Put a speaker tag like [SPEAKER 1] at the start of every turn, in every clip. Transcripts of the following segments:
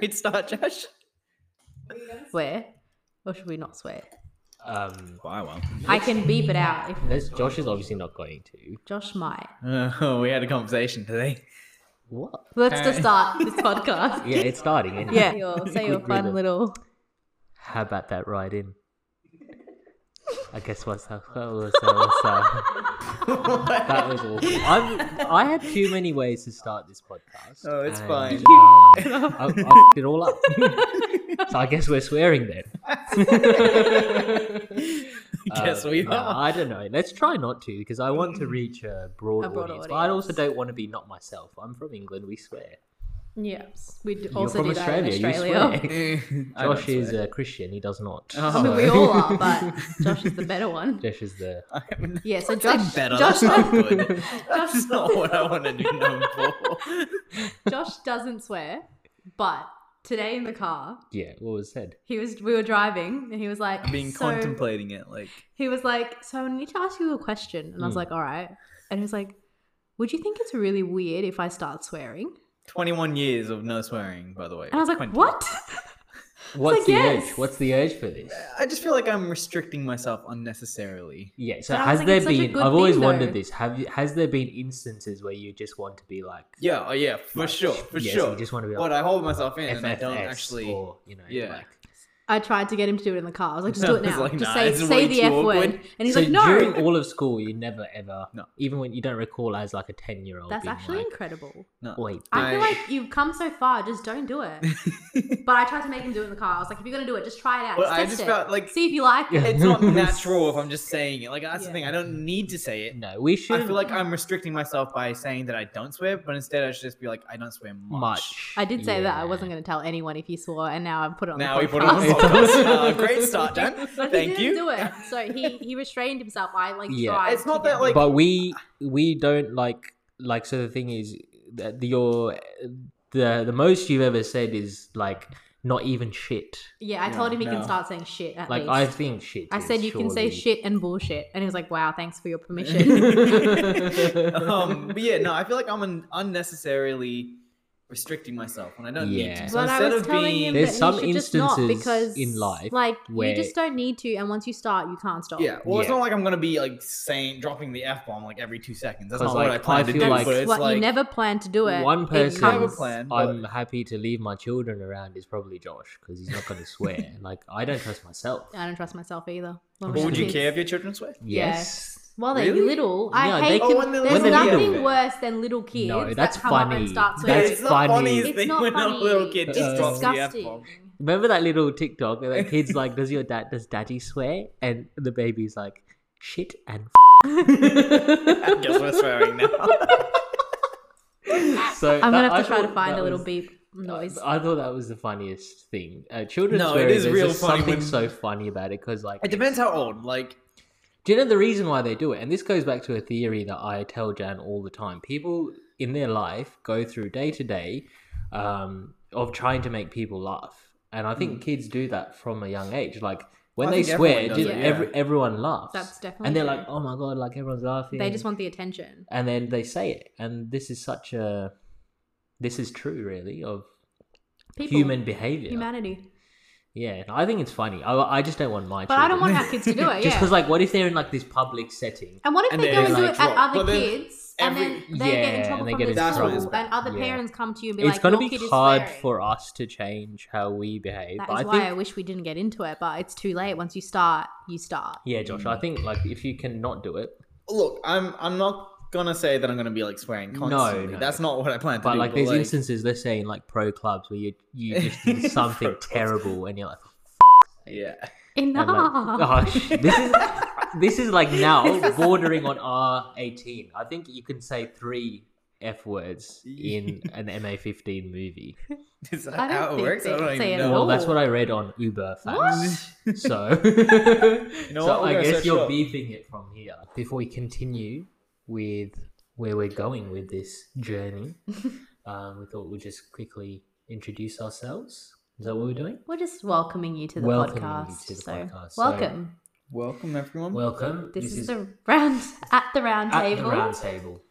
[SPEAKER 1] we'd start, Josh?
[SPEAKER 2] Swear, or should we not swear?
[SPEAKER 3] Um,
[SPEAKER 4] Buy one.
[SPEAKER 2] I can beep it out if
[SPEAKER 3] that's, Josh is obviously not going to.
[SPEAKER 2] Josh might.
[SPEAKER 4] Uh, we had a conversation today.
[SPEAKER 3] What?
[SPEAKER 2] Let's just start this podcast.
[SPEAKER 3] Yeah, it's starting. Anyway.
[SPEAKER 2] Yeah, your, say your
[SPEAKER 3] Good
[SPEAKER 2] fun
[SPEAKER 3] rhythm.
[SPEAKER 2] little.
[SPEAKER 3] How about that ride in? I guess what's up? What was that? What's up? that was awful. I'm, I had too many ways to start this podcast.
[SPEAKER 4] Oh, it's
[SPEAKER 3] and,
[SPEAKER 4] fine.
[SPEAKER 3] Um, I, I f***ed it all up. so I guess we're swearing then.
[SPEAKER 4] Guess
[SPEAKER 3] Uh,
[SPEAKER 4] we
[SPEAKER 3] no,
[SPEAKER 4] are.
[SPEAKER 3] I don't know. Let's try not to because I want to reach a broad,
[SPEAKER 2] A broad
[SPEAKER 3] audience, but I also
[SPEAKER 2] audience.
[SPEAKER 3] don't want to be not myself. I'm from England. We swear.
[SPEAKER 2] Yes, we d-
[SPEAKER 3] You're
[SPEAKER 2] also
[SPEAKER 3] from
[SPEAKER 2] do that in
[SPEAKER 3] Australia.
[SPEAKER 2] Australia.
[SPEAKER 3] You swear.
[SPEAKER 4] I
[SPEAKER 3] Josh
[SPEAKER 4] don't
[SPEAKER 3] is
[SPEAKER 4] swear.
[SPEAKER 3] a Christian. He does not.
[SPEAKER 4] Oh.
[SPEAKER 2] I mean, we all
[SPEAKER 3] So-
[SPEAKER 2] are, but Josh is the better one.
[SPEAKER 3] Josh is the.
[SPEAKER 4] I mean,
[SPEAKER 2] Yeah, so
[SPEAKER 4] say
[SPEAKER 2] Josh,
[SPEAKER 4] better.
[SPEAKER 2] Josh,
[SPEAKER 4] That's not
[SPEAKER 2] does,
[SPEAKER 4] good. That's not what I want to be known for.
[SPEAKER 2] Josh doesn't swear, but today in the car,
[SPEAKER 3] Yeah. What was said?
[SPEAKER 2] he was we were driving and he was like
[SPEAKER 4] I've been
[SPEAKER 2] "So-"
[SPEAKER 4] contemplating it, like
[SPEAKER 2] He was like, "So I need to ask you a question," and I was
[SPEAKER 3] Mm.
[SPEAKER 2] like, "All right," and he was like, "Would you think it's really weird if I start swearing?"
[SPEAKER 4] 21 years of no swearing, by the way.
[SPEAKER 2] And I was like,
[SPEAKER 4] 20.
[SPEAKER 2] "What?"
[SPEAKER 3] What's the
[SPEAKER 2] yes.
[SPEAKER 3] urge? What's the urge for this?
[SPEAKER 4] I just feel like I'm restricting myself unnecessarily.
[SPEAKER 3] Yeah. So
[SPEAKER 2] But I was
[SPEAKER 3] has
[SPEAKER 2] like,
[SPEAKER 3] there
[SPEAKER 2] it's such a
[SPEAKER 3] been?
[SPEAKER 2] good
[SPEAKER 3] I've always
[SPEAKER 2] thing,
[SPEAKER 3] wondered
[SPEAKER 2] though.
[SPEAKER 3] this. Have you, has there been instances where you just want to be like?
[SPEAKER 4] Yeah, oh yeah, for sure, for
[SPEAKER 3] yes,
[SPEAKER 4] sure.
[SPEAKER 3] You just want to be like.
[SPEAKER 4] What I hold myself in, and I don't
[SPEAKER 3] FFS
[SPEAKER 4] actually.
[SPEAKER 3] Or, you know,
[SPEAKER 4] Yeah.
[SPEAKER 3] Like,
[SPEAKER 2] I tried to get him to do it in the car. I was like, "Just do
[SPEAKER 4] I
[SPEAKER 2] it
[SPEAKER 4] was
[SPEAKER 2] now.
[SPEAKER 4] like,
[SPEAKER 2] Just
[SPEAKER 4] "Nah,
[SPEAKER 2] say
[SPEAKER 4] this is
[SPEAKER 2] say
[SPEAKER 4] way
[SPEAKER 2] the
[SPEAKER 4] too
[SPEAKER 2] f
[SPEAKER 4] awkward."
[SPEAKER 2] word," and he's
[SPEAKER 3] so
[SPEAKER 2] like, "No."
[SPEAKER 3] during all of school, you never ever,
[SPEAKER 4] No.
[SPEAKER 3] even when you don't recall as like a ten year old.
[SPEAKER 2] That's actually
[SPEAKER 3] like,
[SPEAKER 2] incredible.
[SPEAKER 4] No.
[SPEAKER 3] Wait,
[SPEAKER 2] I feel
[SPEAKER 4] I-
[SPEAKER 2] like you've come so far, just don't do it. but I tried to make him do it in the car. I was like, if you're gonna do it, just try it out.
[SPEAKER 4] Well,
[SPEAKER 2] just
[SPEAKER 4] I
[SPEAKER 2] test
[SPEAKER 4] just
[SPEAKER 2] it.
[SPEAKER 4] felt like-
[SPEAKER 2] see if you like it.
[SPEAKER 3] Yeah.
[SPEAKER 4] It's not natural if I'm just saying it. Like that's
[SPEAKER 2] Yeah.
[SPEAKER 4] the thing. I don't need to say it.
[SPEAKER 3] no, we
[SPEAKER 4] I
[SPEAKER 3] should
[SPEAKER 4] feel like I'm restricting myself by saying that I don't swear, but instead I should just be like, I don't swear much.
[SPEAKER 3] much.
[SPEAKER 2] I did say that I wasn't
[SPEAKER 3] Yeah.
[SPEAKER 2] gonna tell anyone if you swore, and now I've put it on.
[SPEAKER 4] Now
[SPEAKER 2] the
[SPEAKER 4] we put it on the
[SPEAKER 2] podcast.
[SPEAKER 4] podcast. Uh, great start, Dan.
[SPEAKER 2] But he
[SPEAKER 4] Thank
[SPEAKER 2] didn't
[SPEAKER 4] you.
[SPEAKER 2] Do it. So he he restrained himself. I like
[SPEAKER 3] Yeah.
[SPEAKER 2] tried.
[SPEAKER 4] It's not
[SPEAKER 2] to
[SPEAKER 4] that,
[SPEAKER 2] get-
[SPEAKER 4] like-
[SPEAKER 3] but we we don't like like so the thing is that the- your the the most you've ever said is like not even shit
[SPEAKER 2] yeah. I told him he can
[SPEAKER 4] No.
[SPEAKER 2] start saying shit. At
[SPEAKER 3] like
[SPEAKER 2] least.
[SPEAKER 3] i think shit
[SPEAKER 2] I
[SPEAKER 3] is
[SPEAKER 2] said you can say
[SPEAKER 3] surely-
[SPEAKER 2] shit and bullshit, and he was like, "Wow, thanks for your permission."
[SPEAKER 4] um, but yeah, no, I feel like I'm un- unnecessarily restricting myself when I don't need
[SPEAKER 3] Yeah.
[SPEAKER 4] to. So
[SPEAKER 2] But I
[SPEAKER 4] instead
[SPEAKER 2] was
[SPEAKER 4] of
[SPEAKER 2] telling
[SPEAKER 4] being
[SPEAKER 2] him
[SPEAKER 3] there's
[SPEAKER 2] that you
[SPEAKER 3] some
[SPEAKER 2] should just not,
[SPEAKER 3] instances
[SPEAKER 2] because,
[SPEAKER 3] in life
[SPEAKER 2] like you
[SPEAKER 3] where-
[SPEAKER 2] just don't need to, and once you start, you can't stop.
[SPEAKER 4] yeah, well, it's
[SPEAKER 3] Yeah.
[SPEAKER 4] not like I'm gonna be like saying dropping the f bomb like every two seconds. That's
[SPEAKER 3] 'Cause,
[SPEAKER 4] not what
[SPEAKER 3] like,
[SPEAKER 4] I plan
[SPEAKER 3] I
[SPEAKER 4] to
[SPEAKER 3] feel
[SPEAKER 4] do.
[SPEAKER 3] like-
[SPEAKER 4] but it's
[SPEAKER 2] What
[SPEAKER 4] like
[SPEAKER 2] you never plan to do it.
[SPEAKER 3] one
[SPEAKER 2] it
[SPEAKER 3] person
[SPEAKER 4] I have a
[SPEAKER 2] comes-
[SPEAKER 4] plan, but-
[SPEAKER 3] i'm happy to leave my children around is probably josh because he's not going to swear like i don't trust myself
[SPEAKER 2] I don't trust myself either.
[SPEAKER 3] But
[SPEAKER 4] But would you
[SPEAKER 3] Kids.
[SPEAKER 4] care if your children swear?
[SPEAKER 3] yes
[SPEAKER 2] Well, they're
[SPEAKER 4] Really?
[SPEAKER 2] little. I
[SPEAKER 3] Yeah, they
[SPEAKER 2] hate
[SPEAKER 3] can-
[SPEAKER 2] them.
[SPEAKER 4] Oh, when they're
[SPEAKER 2] There's
[SPEAKER 3] little.
[SPEAKER 2] nothing
[SPEAKER 4] Yeah.
[SPEAKER 2] worse than little kids.
[SPEAKER 3] No,
[SPEAKER 2] that
[SPEAKER 3] that's
[SPEAKER 2] come Up and
[SPEAKER 3] funny.
[SPEAKER 2] start
[SPEAKER 3] That's
[SPEAKER 2] swearing.
[SPEAKER 4] it's not funny.
[SPEAKER 3] funny.
[SPEAKER 4] It's
[SPEAKER 2] It's not
[SPEAKER 4] when a
[SPEAKER 2] funny.
[SPEAKER 4] little kid
[SPEAKER 2] It's
[SPEAKER 4] just drops the f
[SPEAKER 2] disgusting.
[SPEAKER 4] bomb.
[SPEAKER 3] remember that little tiktok where that kid's like does your dad does daddy swear and the baby's like shit and
[SPEAKER 4] I guess we're swearing now.
[SPEAKER 3] f-. so
[SPEAKER 2] I'm gonna
[SPEAKER 3] that-
[SPEAKER 2] have
[SPEAKER 3] I
[SPEAKER 2] to try to
[SPEAKER 3] thought
[SPEAKER 2] find
[SPEAKER 3] that
[SPEAKER 2] a little
[SPEAKER 3] was-
[SPEAKER 2] beep noise.
[SPEAKER 3] I thought that was the funniest thing. Uh, children
[SPEAKER 4] No, it
[SPEAKER 3] swearing,
[SPEAKER 4] is
[SPEAKER 3] there's
[SPEAKER 4] real
[SPEAKER 3] just
[SPEAKER 4] funny
[SPEAKER 3] something
[SPEAKER 4] when-
[SPEAKER 3] so funny about it because, like,
[SPEAKER 4] It depends how old. Like,
[SPEAKER 3] do you know the reason why they do it? And this goes back to a theory that I tell Jan all the time. People in their life go through day to day um, of trying to make people laugh, and I think kids do that from a young age. Like when
[SPEAKER 4] Hmm. I
[SPEAKER 3] they
[SPEAKER 4] think everyone
[SPEAKER 3] swear,
[SPEAKER 4] does
[SPEAKER 3] just
[SPEAKER 2] it, yeah.
[SPEAKER 3] every, everyone laughs.
[SPEAKER 2] That's definitely
[SPEAKER 3] and they're
[SPEAKER 2] true.
[SPEAKER 3] like, "Oh my god!" Like everyone's laughing.
[SPEAKER 2] They just want the attention.
[SPEAKER 3] and then they say it, and this is such a, this is true, really, of
[SPEAKER 2] People,
[SPEAKER 3] human behavior.
[SPEAKER 2] humanity.
[SPEAKER 3] Yeah, I think it's funny. I, I just don't want my.
[SPEAKER 2] But I don't want
[SPEAKER 3] children-
[SPEAKER 2] our kids to do it.
[SPEAKER 3] Just
[SPEAKER 2] yeah.
[SPEAKER 3] because, like, what if they're in like this public setting?
[SPEAKER 2] And what if
[SPEAKER 4] And
[SPEAKER 2] they
[SPEAKER 4] they,
[SPEAKER 2] go and do
[SPEAKER 3] like,
[SPEAKER 2] it at
[SPEAKER 4] drop.
[SPEAKER 2] other
[SPEAKER 4] But then
[SPEAKER 2] kids, and
[SPEAKER 4] every-
[SPEAKER 2] then they get in
[SPEAKER 3] Yeah,
[SPEAKER 2] trouble
[SPEAKER 3] and they
[SPEAKER 2] from
[SPEAKER 3] get
[SPEAKER 2] the
[SPEAKER 3] in
[SPEAKER 4] trouble.
[SPEAKER 2] school, and other
[SPEAKER 3] Yeah.
[SPEAKER 2] parents come to you and be
[SPEAKER 3] It's
[SPEAKER 2] like,
[SPEAKER 3] gonna
[SPEAKER 2] "Your
[SPEAKER 3] be
[SPEAKER 2] kid is
[SPEAKER 3] hard
[SPEAKER 2] swearing."
[SPEAKER 3] for us to change how we behave.
[SPEAKER 2] That
[SPEAKER 3] but
[SPEAKER 2] is
[SPEAKER 3] I
[SPEAKER 2] why
[SPEAKER 3] think,
[SPEAKER 2] I wish we didn't get into it, but it's too late. Once you start, you start.
[SPEAKER 3] yeah, Josh, I think like if you cannot do it,
[SPEAKER 4] look, I'm I'm not gonna say that I'm gonna be like swearing
[SPEAKER 3] No,
[SPEAKER 4] constantly.
[SPEAKER 3] no.
[SPEAKER 4] That's not what I plan to
[SPEAKER 3] but
[SPEAKER 4] do.
[SPEAKER 3] like there's instances, let's say in like pro clubs where you you just did something
[SPEAKER 4] Pro clubs.
[SPEAKER 3] terrible and you're like,
[SPEAKER 4] yeah,
[SPEAKER 2] Enough.
[SPEAKER 3] and, like, oh, sh- this is this is like now bordering on R eighteen. I think you can say three f words in an MA fifteen movie.
[SPEAKER 4] is that
[SPEAKER 2] I don't
[SPEAKER 4] how it
[SPEAKER 2] think
[SPEAKER 4] works?
[SPEAKER 2] they
[SPEAKER 4] I
[SPEAKER 2] can
[SPEAKER 4] don't
[SPEAKER 2] say
[SPEAKER 4] even
[SPEAKER 2] it at
[SPEAKER 4] know.
[SPEAKER 3] Well, that's
[SPEAKER 2] all.
[SPEAKER 3] what I read on Uber facts. So,
[SPEAKER 4] know
[SPEAKER 3] so
[SPEAKER 4] what? We're
[SPEAKER 3] I
[SPEAKER 4] gonna
[SPEAKER 3] guess
[SPEAKER 4] search
[SPEAKER 3] you're
[SPEAKER 4] it up.
[SPEAKER 3] beefing it from here. Before we continue with where we're going with this journey, um, we thought we'd just quickly introduce ourselves. Is that what we're doing?
[SPEAKER 2] We're just welcoming you to the
[SPEAKER 3] Welcoming you
[SPEAKER 2] podcast.
[SPEAKER 3] to the
[SPEAKER 2] so,
[SPEAKER 3] podcast, so-
[SPEAKER 2] welcome.
[SPEAKER 4] Welcome everyone.
[SPEAKER 3] Welcome.
[SPEAKER 2] this, is, the round at the round
[SPEAKER 3] at
[SPEAKER 2] table.
[SPEAKER 3] the round table.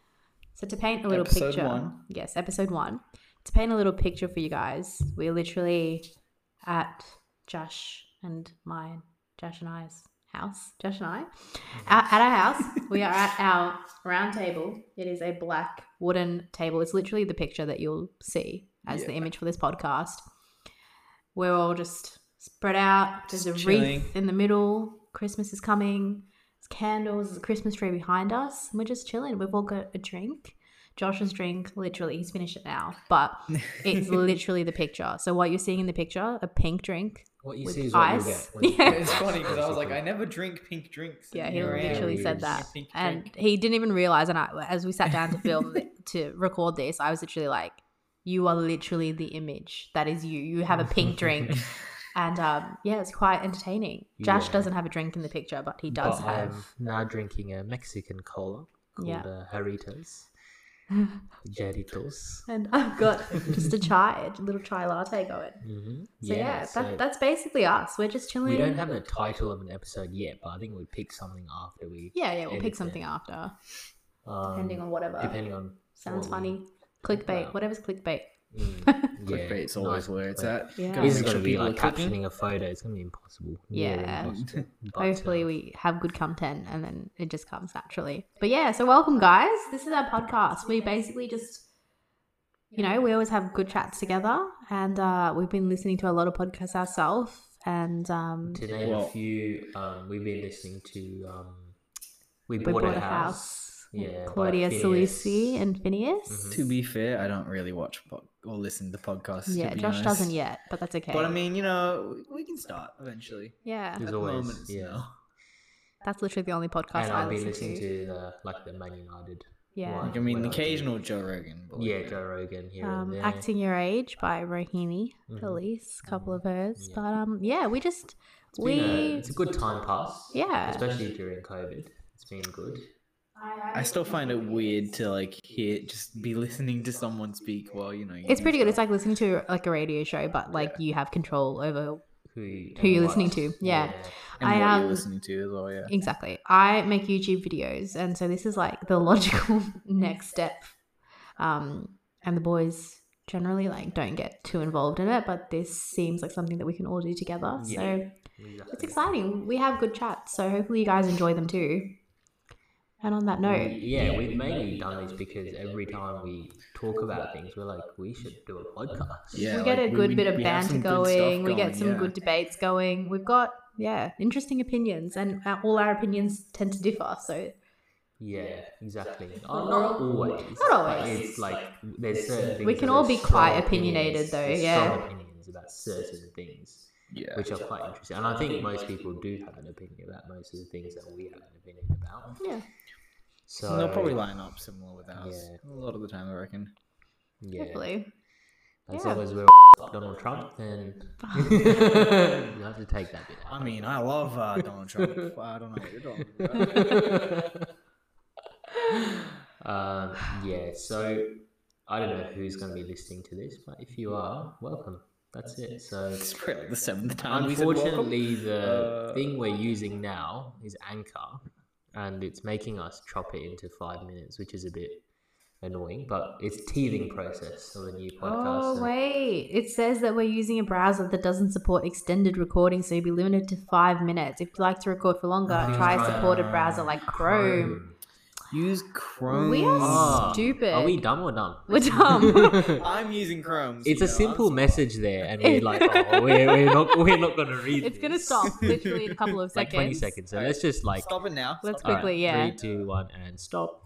[SPEAKER 2] So to paint a little
[SPEAKER 4] Episode
[SPEAKER 2] picture,
[SPEAKER 4] one.
[SPEAKER 2] yes, episode one. to paint a little picture for you guys, we're literally at Josh and mine, Josh and I's house. Josh and I, at, at our house, we are at our round table. It is a black wooden table. It's literally the picture that you'll see as the
[SPEAKER 4] Yeah.
[SPEAKER 2] image for this podcast. We're all just spread out. There's a
[SPEAKER 4] Just chilling.
[SPEAKER 2] wreath in the middle. Christmas is coming. There's candles. There's a Christmas tree behind us. And we're just chilling. We've all got a drink. Josh's drink, literally, he's finished it now, but it's literally the picture. So what you're seeing in the picture, a pink drink.
[SPEAKER 3] What you
[SPEAKER 2] With
[SPEAKER 3] see is what you
[SPEAKER 2] ice.
[SPEAKER 3] get. What you
[SPEAKER 2] Yeah.
[SPEAKER 3] get.
[SPEAKER 4] It's funny because I was like, I
[SPEAKER 3] Basically.
[SPEAKER 4] never drink pink drinks. and
[SPEAKER 2] Yeah, he
[SPEAKER 4] here I am.
[SPEAKER 2] literally said
[SPEAKER 3] Yes.
[SPEAKER 2] that,
[SPEAKER 4] Pink
[SPEAKER 2] and
[SPEAKER 4] drink.
[SPEAKER 2] he didn't even realize. And I, as we sat down to film th- to record this, I was literally like, "You are literally the image. That is you. You have a pink drink." And um, yeah, it's quite entertaining. Josh
[SPEAKER 3] Yeah.
[SPEAKER 2] doesn't have a drink in the picture, but he does
[SPEAKER 3] But um, I'm
[SPEAKER 2] have.
[SPEAKER 3] now drinking a Mexican cola called
[SPEAKER 2] Yeah.
[SPEAKER 3] uh, Jarritos. Jarritos.
[SPEAKER 2] And I've got just a chai, a little chai latte going.
[SPEAKER 3] Mm-hmm.
[SPEAKER 2] So yeah, that, that's basically us. We're just chilling.
[SPEAKER 3] we don't have a title of an episode yet, but I think we'll pick something after we.
[SPEAKER 2] yeah, yeah, we'll
[SPEAKER 3] edit
[SPEAKER 2] pick
[SPEAKER 3] it.
[SPEAKER 2] something after,
[SPEAKER 3] Um,
[SPEAKER 2] depending on whatever.
[SPEAKER 3] Depending on.
[SPEAKER 2] Sounds
[SPEAKER 3] what we-
[SPEAKER 2] funny. Clickbait,
[SPEAKER 3] Wow.
[SPEAKER 2] whatever's clickbait.
[SPEAKER 3] Mm, yeah,
[SPEAKER 4] Clickbait's always
[SPEAKER 3] nice
[SPEAKER 4] where it's
[SPEAKER 3] clickbait.
[SPEAKER 4] at.
[SPEAKER 2] Yeah.
[SPEAKER 4] Gotta
[SPEAKER 3] This is
[SPEAKER 4] make
[SPEAKER 3] going
[SPEAKER 4] sure
[SPEAKER 3] to be
[SPEAKER 4] people
[SPEAKER 3] like
[SPEAKER 4] are clicking.
[SPEAKER 3] captioning a photo. It's going to be impossible.
[SPEAKER 2] Yeah.
[SPEAKER 3] impossible. But,
[SPEAKER 2] Hopefully,
[SPEAKER 3] uh,
[SPEAKER 2] we have good content and then it just comes naturally. But yeah, so welcome, guys. This is our podcast. We basically just, you know, we always have good chats together and uh, we've been listening to a lot of podcasts ourselves. And um,
[SPEAKER 3] to name
[SPEAKER 4] Well-
[SPEAKER 3] a few, um, we've been listening to. Um, we,
[SPEAKER 2] we
[SPEAKER 3] bought,
[SPEAKER 2] bought
[SPEAKER 3] a house.
[SPEAKER 2] with
[SPEAKER 3] Yeah, by
[SPEAKER 2] Claudia
[SPEAKER 3] Phineas.
[SPEAKER 2] Salusi and Phineas.
[SPEAKER 3] Mhm.
[SPEAKER 4] To be fair, I don't really watch pod- or listen to podcasts. to
[SPEAKER 2] Yeah,
[SPEAKER 4] be
[SPEAKER 2] Josh
[SPEAKER 4] honest.
[SPEAKER 2] doesn't yet, but that's okay.
[SPEAKER 4] But I mean, you know, we- we can start eventually.
[SPEAKER 2] yeah,
[SPEAKER 3] There's
[SPEAKER 4] At the
[SPEAKER 3] always-
[SPEAKER 4] moment, it's
[SPEAKER 3] yeah.
[SPEAKER 4] no.
[SPEAKER 2] that's literally the only podcast
[SPEAKER 3] and
[SPEAKER 2] I
[SPEAKER 3] I've been
[SPEAKER 2] listen
[SPEAKER 3] listening
[SPEAKER 2] to.
[SPEAKER 3] to the like the Man United.
[SPEAKER 2] Yeah.
[SPEAKER 3] one
[SPEAKER 4] Like, I mean,
[SPEAKER 3] when
[SPEAKER 4] the
[SPEAKER 3] was doing-
[SPEAKER 4] occasional Joe Rogan. but, like,
[SPEAKER 3] Yeah, Joe Rogan here
[SPEAKER 2] um,
[SPEAKER 3] and there.
[SPEAKER 2] Acting Your Age by Rohini
[SPEAKER 3] Mhm.
[SPEAKER 2] Elise, a couple
[SPEAKER 3] Mhm.
[SPEAKER 2] of hers.
[SPEAKER 3] Yeah.
[SPEAKER 2] But um, yeah, we just
[SPEAKER 3] It's been a-
[SPEAKER 2] we
[SPEAKER 3] it's a good time pass.
[SPEAKER 2] yeah.
[SPEAKER 3] especially during COVID. It's been good.
[SPEAKER 4] I still find it weird to like hear just be listening to someone speak while you know. you
[SPEAKER 2] It's
[SPEAKER 4] do
[SPEAKER 2] pretty good. It's
[SPEAKER 4] stuff.
[SPEAKER 2] like listening to like a radio show, but like you have control over.
[SPEAKER 3] Who you,
[SPEAKER 2] Who you're
[SPEAKER 3] and
[SPEAKER 2] listening
[SPEAKER 3] what-
[SPEAKER 2] to, yeah.
[SPEAKER 4] and
[SPEAKER 2] I,
[SPEAKER 4] what
[SPEAKER 2] um,
[SPEAKER 4] you're listening to as well. Yeah.
[SPEAKER 2] Exactly. I make YouTube videos, and so this is like the logical next step. Um, and the boys generally like don't get too involved in it, but this seems like something that we can all do together.
[SPEAKER 3] Yeah.
[SPEAKER 2] So
[SPEAKER 3] Exactly.
[SPEAKER 2] it's exciting. We have good chats, so hopefully you guys enjoy them too. And on that note,
[SPEAKER 3] We- yeah, we've mainly done this because every time we talk about things, we're like, we should do a podcast.
[SPEAKER 4] Yeah.
[SPEAKER 2] we get
[SPEAKER 4] like,
[SPEAKER 2] a good bit of
[SPEAKER 4] we have
[SPEAKER 2] banter
[SPEAKER 4] some good
[SPEAKER 2] going,
[SPEAKER 4] stuff
[SPEAKER 2] We get
[SPEAKER 4] going,
[SPEAKER 2] some
[SPEAKER 4] yeah.
[SPEAKER 2] good debates going. We've got yeah, interesting opinions, and our- all our opinions tend to differ. So
[SPEAKER 3] Yeah, exactly. Oh, not always.
[SPEAKER 2] Not
[SPEAKER 3] but
[SPEAKER 2] always.
[SPEAKER 3] It's like there's certain things.
[SPEAKER 2] We can
[SPEAKER 3] that
[SPEAKER 2] all
[SPEAKER 3] are
[SPEAKER 2] be
[SPEAKER 3] strong
[SPEAKER 2] quite
[SPEAKER 3] opinions,
[SPEAKER 2] opinionated though,
[SPEAKER 3] there's
[SPEAKER 2] yeah.
[SPEAKER 3] Strong opinions about certain things,
[SPEAKER 4] Yeah.
[SPEAKER 3] which are quite interesting. And I think most people do have an opinion about most of the things that we have an opinion about.
[SPEAKER 2] yeah,
[SPEAKER 3] So
[SPEAKER 4] they'll probably line up similar with ours
[SPEAKER 3] Yeah.
[SPEAKER 4] a lot of the time, I reckon.
[SPEAKER 3] yeah,
[SPEAKER 2] hopefully.
[SPEAKER 3] as
[SPEAKER 2] Yeah.
[SPEAKER 3] long as we're Donald Trump, then you have to take that bit. Out.
[SPEAKER 4] I mean, I love uh, Donald Trump. I don't know what you're talking about.
[SPEAKER 3] um, yeah, so I don't know who's going to be listening to this, but if you are, welcome. That's it. So
[SPEAKER 4] It's probably like the seventh time. we said welcome.
[SPEAKER 3] unfortunately, the
[SPEAKER 4] Uh,
[SPEAKER 3] thing we're using now is Anchor, and it's making us chop it into five minutes, which is a bit annoying. But it's teething process of a new podcast.
[SPEAKER 2] Oh
[SPEAKER 3] so-
[SPEAKER 2] wait, it says that we're using a browser that doesn't support extended recording, so you'll be limited to five minutes. If you'd like to record for longer,
[SPEAKER 3] Please
[SPEAKER 2] try
[SPEAKER 3] try
[SPEAKER 2] a supported
[SPEAKER 4] that.
[SPEAKER 2] browser like Chrome.
[SPEAKER 4] use Chrome.
[SPEAKER 2] We are-
[SPEAKER 3] Ah,
[SPEAKER 2] Stupid.
[SPEAKER 3] Are we dumb or dumb?
[SPEAKER 2] We're dumb.
[SPEAKER 4] I'm using Chrome. so
[SPEAKER 3] It's
[SPEAKER 4] you
[SPEAKER 3] a
[SPEAKER 4] know, I'm
[SPEAKER 3] simple
[SPEAKER 4] smart.
[SPEAKER 3] message there, and we're like, oh, we're, we're not, we're not gonna read.
[SPEAKER 2] it's gonna
[SPEAKER 3] this.
[SPEAKER 2] stop literally in a couple of
[SPEAKER 3] like
[SPEAKER 2] seconds.
[SPEAKER 3] twenty seconds. So let's just like
[SPEAKER 4] Stop it now.
[SPEAKER 2] Let's
[SPEAKER 4] Stop
[SPEAKER 3] all right,
[SPEAKER 2] quickly, yeah.
[SPEAKER 3] three, two, one, and stop.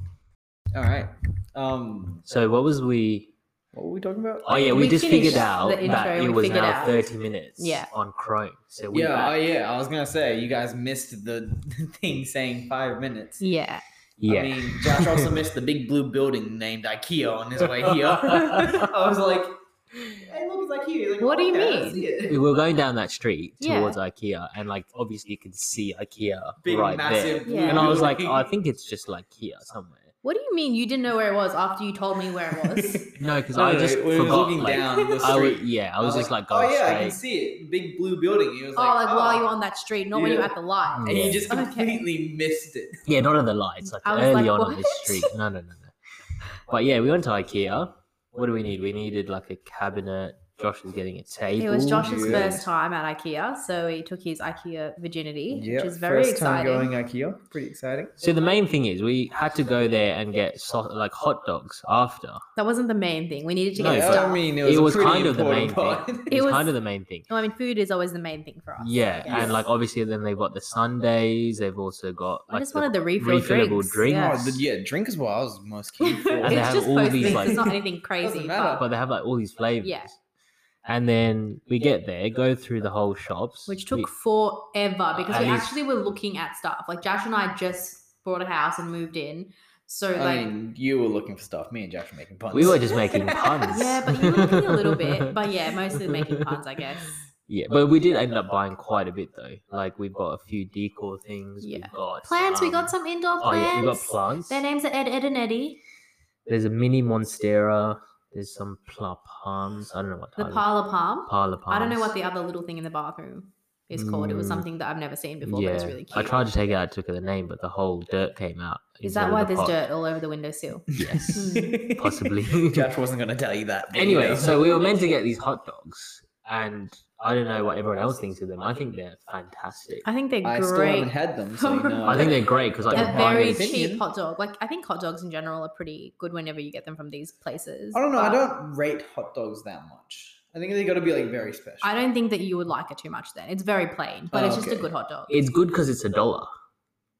[SPEAKER 4] it. All right. Um,
[SPEAKER 3] So what was we?
[SPEAKER 4] what were we talking about?
[SPEAKER 3] Oh yeah, we,
[SPEAKER 2] We
[SPEAKER 3] just
[SPEAKER 2] finished
[SPEAKER 3] figured out
[SPEAKER 2] the intro,
[SPEAKER 3] that
[SPEAKER 2] we
[SPEAKER 3] it was
[SPEAKER 2] figured
[SPEAKER 3] now
[SPEAKER 2] out.
[SPEAKER 3] thirty minutes.
[SPEAKER 2] Yeah.
[SPEAKER 3] on Chrome. So we
[SPEAKER 4] Yeah,
[SPEAKER 3] back.
[SPEAKER 4] oh, yeah. I was gonna say you guys missed the thing saying five minutes.
[SPEAKER 2] Yeah.
[SPEAKER 3] yeah.
[SPEAKER 4] I mean, Josh also missed the big blue building named IKEA on his way here. I was like, "Hey, look, it's IKEA." He's like,
[SPEAKER 2] What do you
[SPEAKER 4] "Okay, I
[SPEAKER 2] mean?"
[SPEAKER 4] see it."
[SPEAKER 3] we were going down that street
[SPEAKER 2] Yeah.
[SPEAKER 3] towards IKEA, and like obviously you could see IKEA
[SPEAKER 4] Big
[SPEAKER 3] right there.
[SPEAKER 4] massive. blue
[SPEAKER 2] Yeah.
[SPEAKER 3] And I was like, oh,
[SPEAKER 4] building.
[SPEAKER 3] I think it's just like here somewhere.
[SPEAKER 2] What do you mean you didn't know where it was after you told me where it was?
[SPEAKER 3] No, because
[SPEAKER 4] No,
[SPEAKER 3] I
[SPEAKER 4] no,
[SPEAKER 3] just
[SPEAKER 4] we were
[SPEAKER 3] forgot.
[SPEAKER 4] looking
[SPEAKER 3] like,
[SPEAKER 4] down the
[SPEAKER 3] I was,
[SPEAKER 4] street.
[SPEAKER 3] yeah, I was, just like,
[SPEAKER 4] "Oh
[SPEAKER 3] going
[SPEAKER 4] yeah, I
[SPEAKER 3] straight.
[SPEAKER 4] can see it, big blue building." He was
[SPEAKER 2] Oh, Mm.
[SPEAKER 4] like,
[SPEAKER 2] like while
[SPEAKER 4] "Oh."
[SPEAKER 2] you're on that street, not when you're
[SPEAKER 4] Yeah.
[SPEAKER 2] at the light.
[SPEAKER 4] and you just
[SPEAKER 2] Okay.
[SPEAKER 4] completely missed it.
[SPEAKER 3] Yeah, not at the lights, like
[SPEAKER 2] I was
[SPEAKER 3] early
[SPEAKER 2] like,
[SPEAKER 3] on in the
[SPEAKER 2] "What?"
[SPEAKER 3] street. No, no, no, no. But yeah, we went to IKEA. What do we need? We needed like a cabinet. Josh is getting a table.
[SPEAKER 2] It was Josh's
[SPEAKER 4] yeah.
[SPEAKER 2] first time at IKEA, so he took his IKEA virginity,
[SPEAKER 4] Yeah,
[SPEAKER 2] which is very
[SPEAKER 4] first
[SPEAKER 2] exciting.
[SPEAKER 4] time going IKEA. Pretty exciting.
[SPEAKER 3] So the main thing is we had to go there and get so- like hot dogs after.
[SPEAKER 2] That wasn't the main thing. We needed to
[SPEAKER 3] No,
[SPEAKER 2] get
[SPEAKER 3] but-
[SPEAKER 2] stuff.
[SPEAKER 4] I mean, it
[SPEAKER 3] It
[SPEAKER 4] was, a
[SPEAKER 3] was
[SPEAKER 4] pretty
[SPEAKER 3] kind of the main
[SPEAKER 4] important part.
[SPEAKER 3] thing.
[SPEAKER 2] It
[SPEAKER 3] It's
[SPEAKER 2] was-
[SPEAKER 3] kind of the main thing.
[SPEAKER 2] No, I mean, food is always the main thing for us. I
[SPEAKER 3] Yeah, and
[SPEAKER 2] guess.
[SPEAKER 3] like obviously then they've got the Sundays. They've also got
[SPEAKER 2] I
[SPEAKER 3] like
[SPEAKER 2] just
[SPEAKER 3] the-
[SPEAKER 2] wanted the refill
[SPEAKER 3] refillable
[SPEAKER 2] drinks.
[SPEAKER 3] drinks.
[SPEAKER 2] Yeah.
[SPEAKER 4] Oh, the, yeah, drink as well. I was most keen for.
[SPEAKER 3] And they
[SPEAKER 2] it's
[SPEAKER 3] have
[SPEAKER 2] just
[SPEAKER 3] all
[SPEAKER 2] post
[SPEAKER 3] these,
[SPEAKER 2] these,
[SPEAKER 3] like-
[SPEAKER 2] It's not anything crazy.
[SPEAKER 4] Doesn't matter.
[SPEAKER 3] but they have like all these flavors.
[SPEAKER 2] Yeah.
[SPEAKER 3] And then we get there, go through the whole shops,
[SPEAKER 2] which
[SPEAKER 3] we-
[SPEAKER 2] took forever because
[SPEAKER 3] At
[SPEAKER 2] we
[SPEAKER 3] least-
[SPEAKER 2] actually were looking at stuff. Like Josh and I just bought a house and moved in, so
[SPEAKER 4] I
[SPEAKER 2] like
[SPEAKER 4] mean, you were looking for stuff. Me and Josh were making puns.
[SPEAKER 3] we were just making puns.
[SPEAKER 2] yeah, but you were looking a little bit, but yeah, mostly making puns, I guess.
[SPEAKER 3] Yeah, but we did end up buying quite a bit though. Like we've got a few decor things.
[SPEAKER 2] Yeah.
[SPEAKER 3] We've got
[SPEAKER 2] Plants. we
[SPEAKER 3] um,
[SPEAKER 2] got some indoor
[SPEAKER 3] Oh
[SPEAKER 2] plants.
[SPEAKER 3] yeah, we got plants.
[SPEAKER 2] Their names are Ed, Ed, and Eddie.
[SPEAKER 3] There's a mini monstera. There's some pl- palms. I don't know what
[SPEAKER 2] The
[SPEAKER 3] type of-
[SPEAKER 2] parlor palm.
[SPEAKER 3] parlor palms.
[SPEAKER 2] I don't know what the other little thing in the bathroom is called. It was
[SPEAKER 3] Mm.
[SPEAKER 2] something that I've never seen before, but it's really cute.
[SPEAKER 3] I tried to take it out, took the name, but the whole dirt came out.
[SPEAKER 2] Is
[SPEAKER 3] instead
[SPEAKER 2] that
[SPEAKER 3] of
[SPEAKER 2] why
[SPEAKER 3] the
[SPEAKER 2] there's
[SPEAKER 3] pot.
[SPEAKER 2] dirt all over the windowsill?
[SPEAKER 3] Yes,
[SPEAKER 4] making
[SPEAKER 3] possibly.
[SPEAKER 4] Josh wasn't going to tell you that. but you
[SPEAKER 3] anyway,
[SPEAKER 4] know.
[SPEAKER 3] so we were meant to get these hot dogs, and I don't know what everyone else thinks of them. I think they're fantastic.
[SPEAKER 2] I think they're
[SPEAKER 4] I still haven't
[SPEAKER 2] great.
[SPEAKER 4] had them, so you
[SPEAKER 2] for-
[SPEAKER 4] know.
[SPEAKER 3] I think they're great because like
[SPEAKER 2] A
[SPEAKER 3] the
[SPEAKER 4] They're
[SPEAKER 3] bun
[SPEAKER 2] very
[SPEAKER 3] is-
[SPEAKER 2] cheap
[SPEAKER 4] opinion.
[SPEAKER 2] hot dog. Like I think hot dogs in general are pretty good whenever you get them from these places.
[SPEAKER 4] I don't know. I
[SPEAKER 2] but
[SPEAKER 4] don't rate hot dogs that much. I think they got to be like very special.
[SPEAKER 2] I don't think that you would like it too much. Then it's very plain, but
[SPEAKER 4] Oh,
[SPEAKER 2] it's just a
[SPEAKER 4] okay.
[SPEAKER 2] good hot dog.
[SPEAKER 3] It's good because it's a dollar,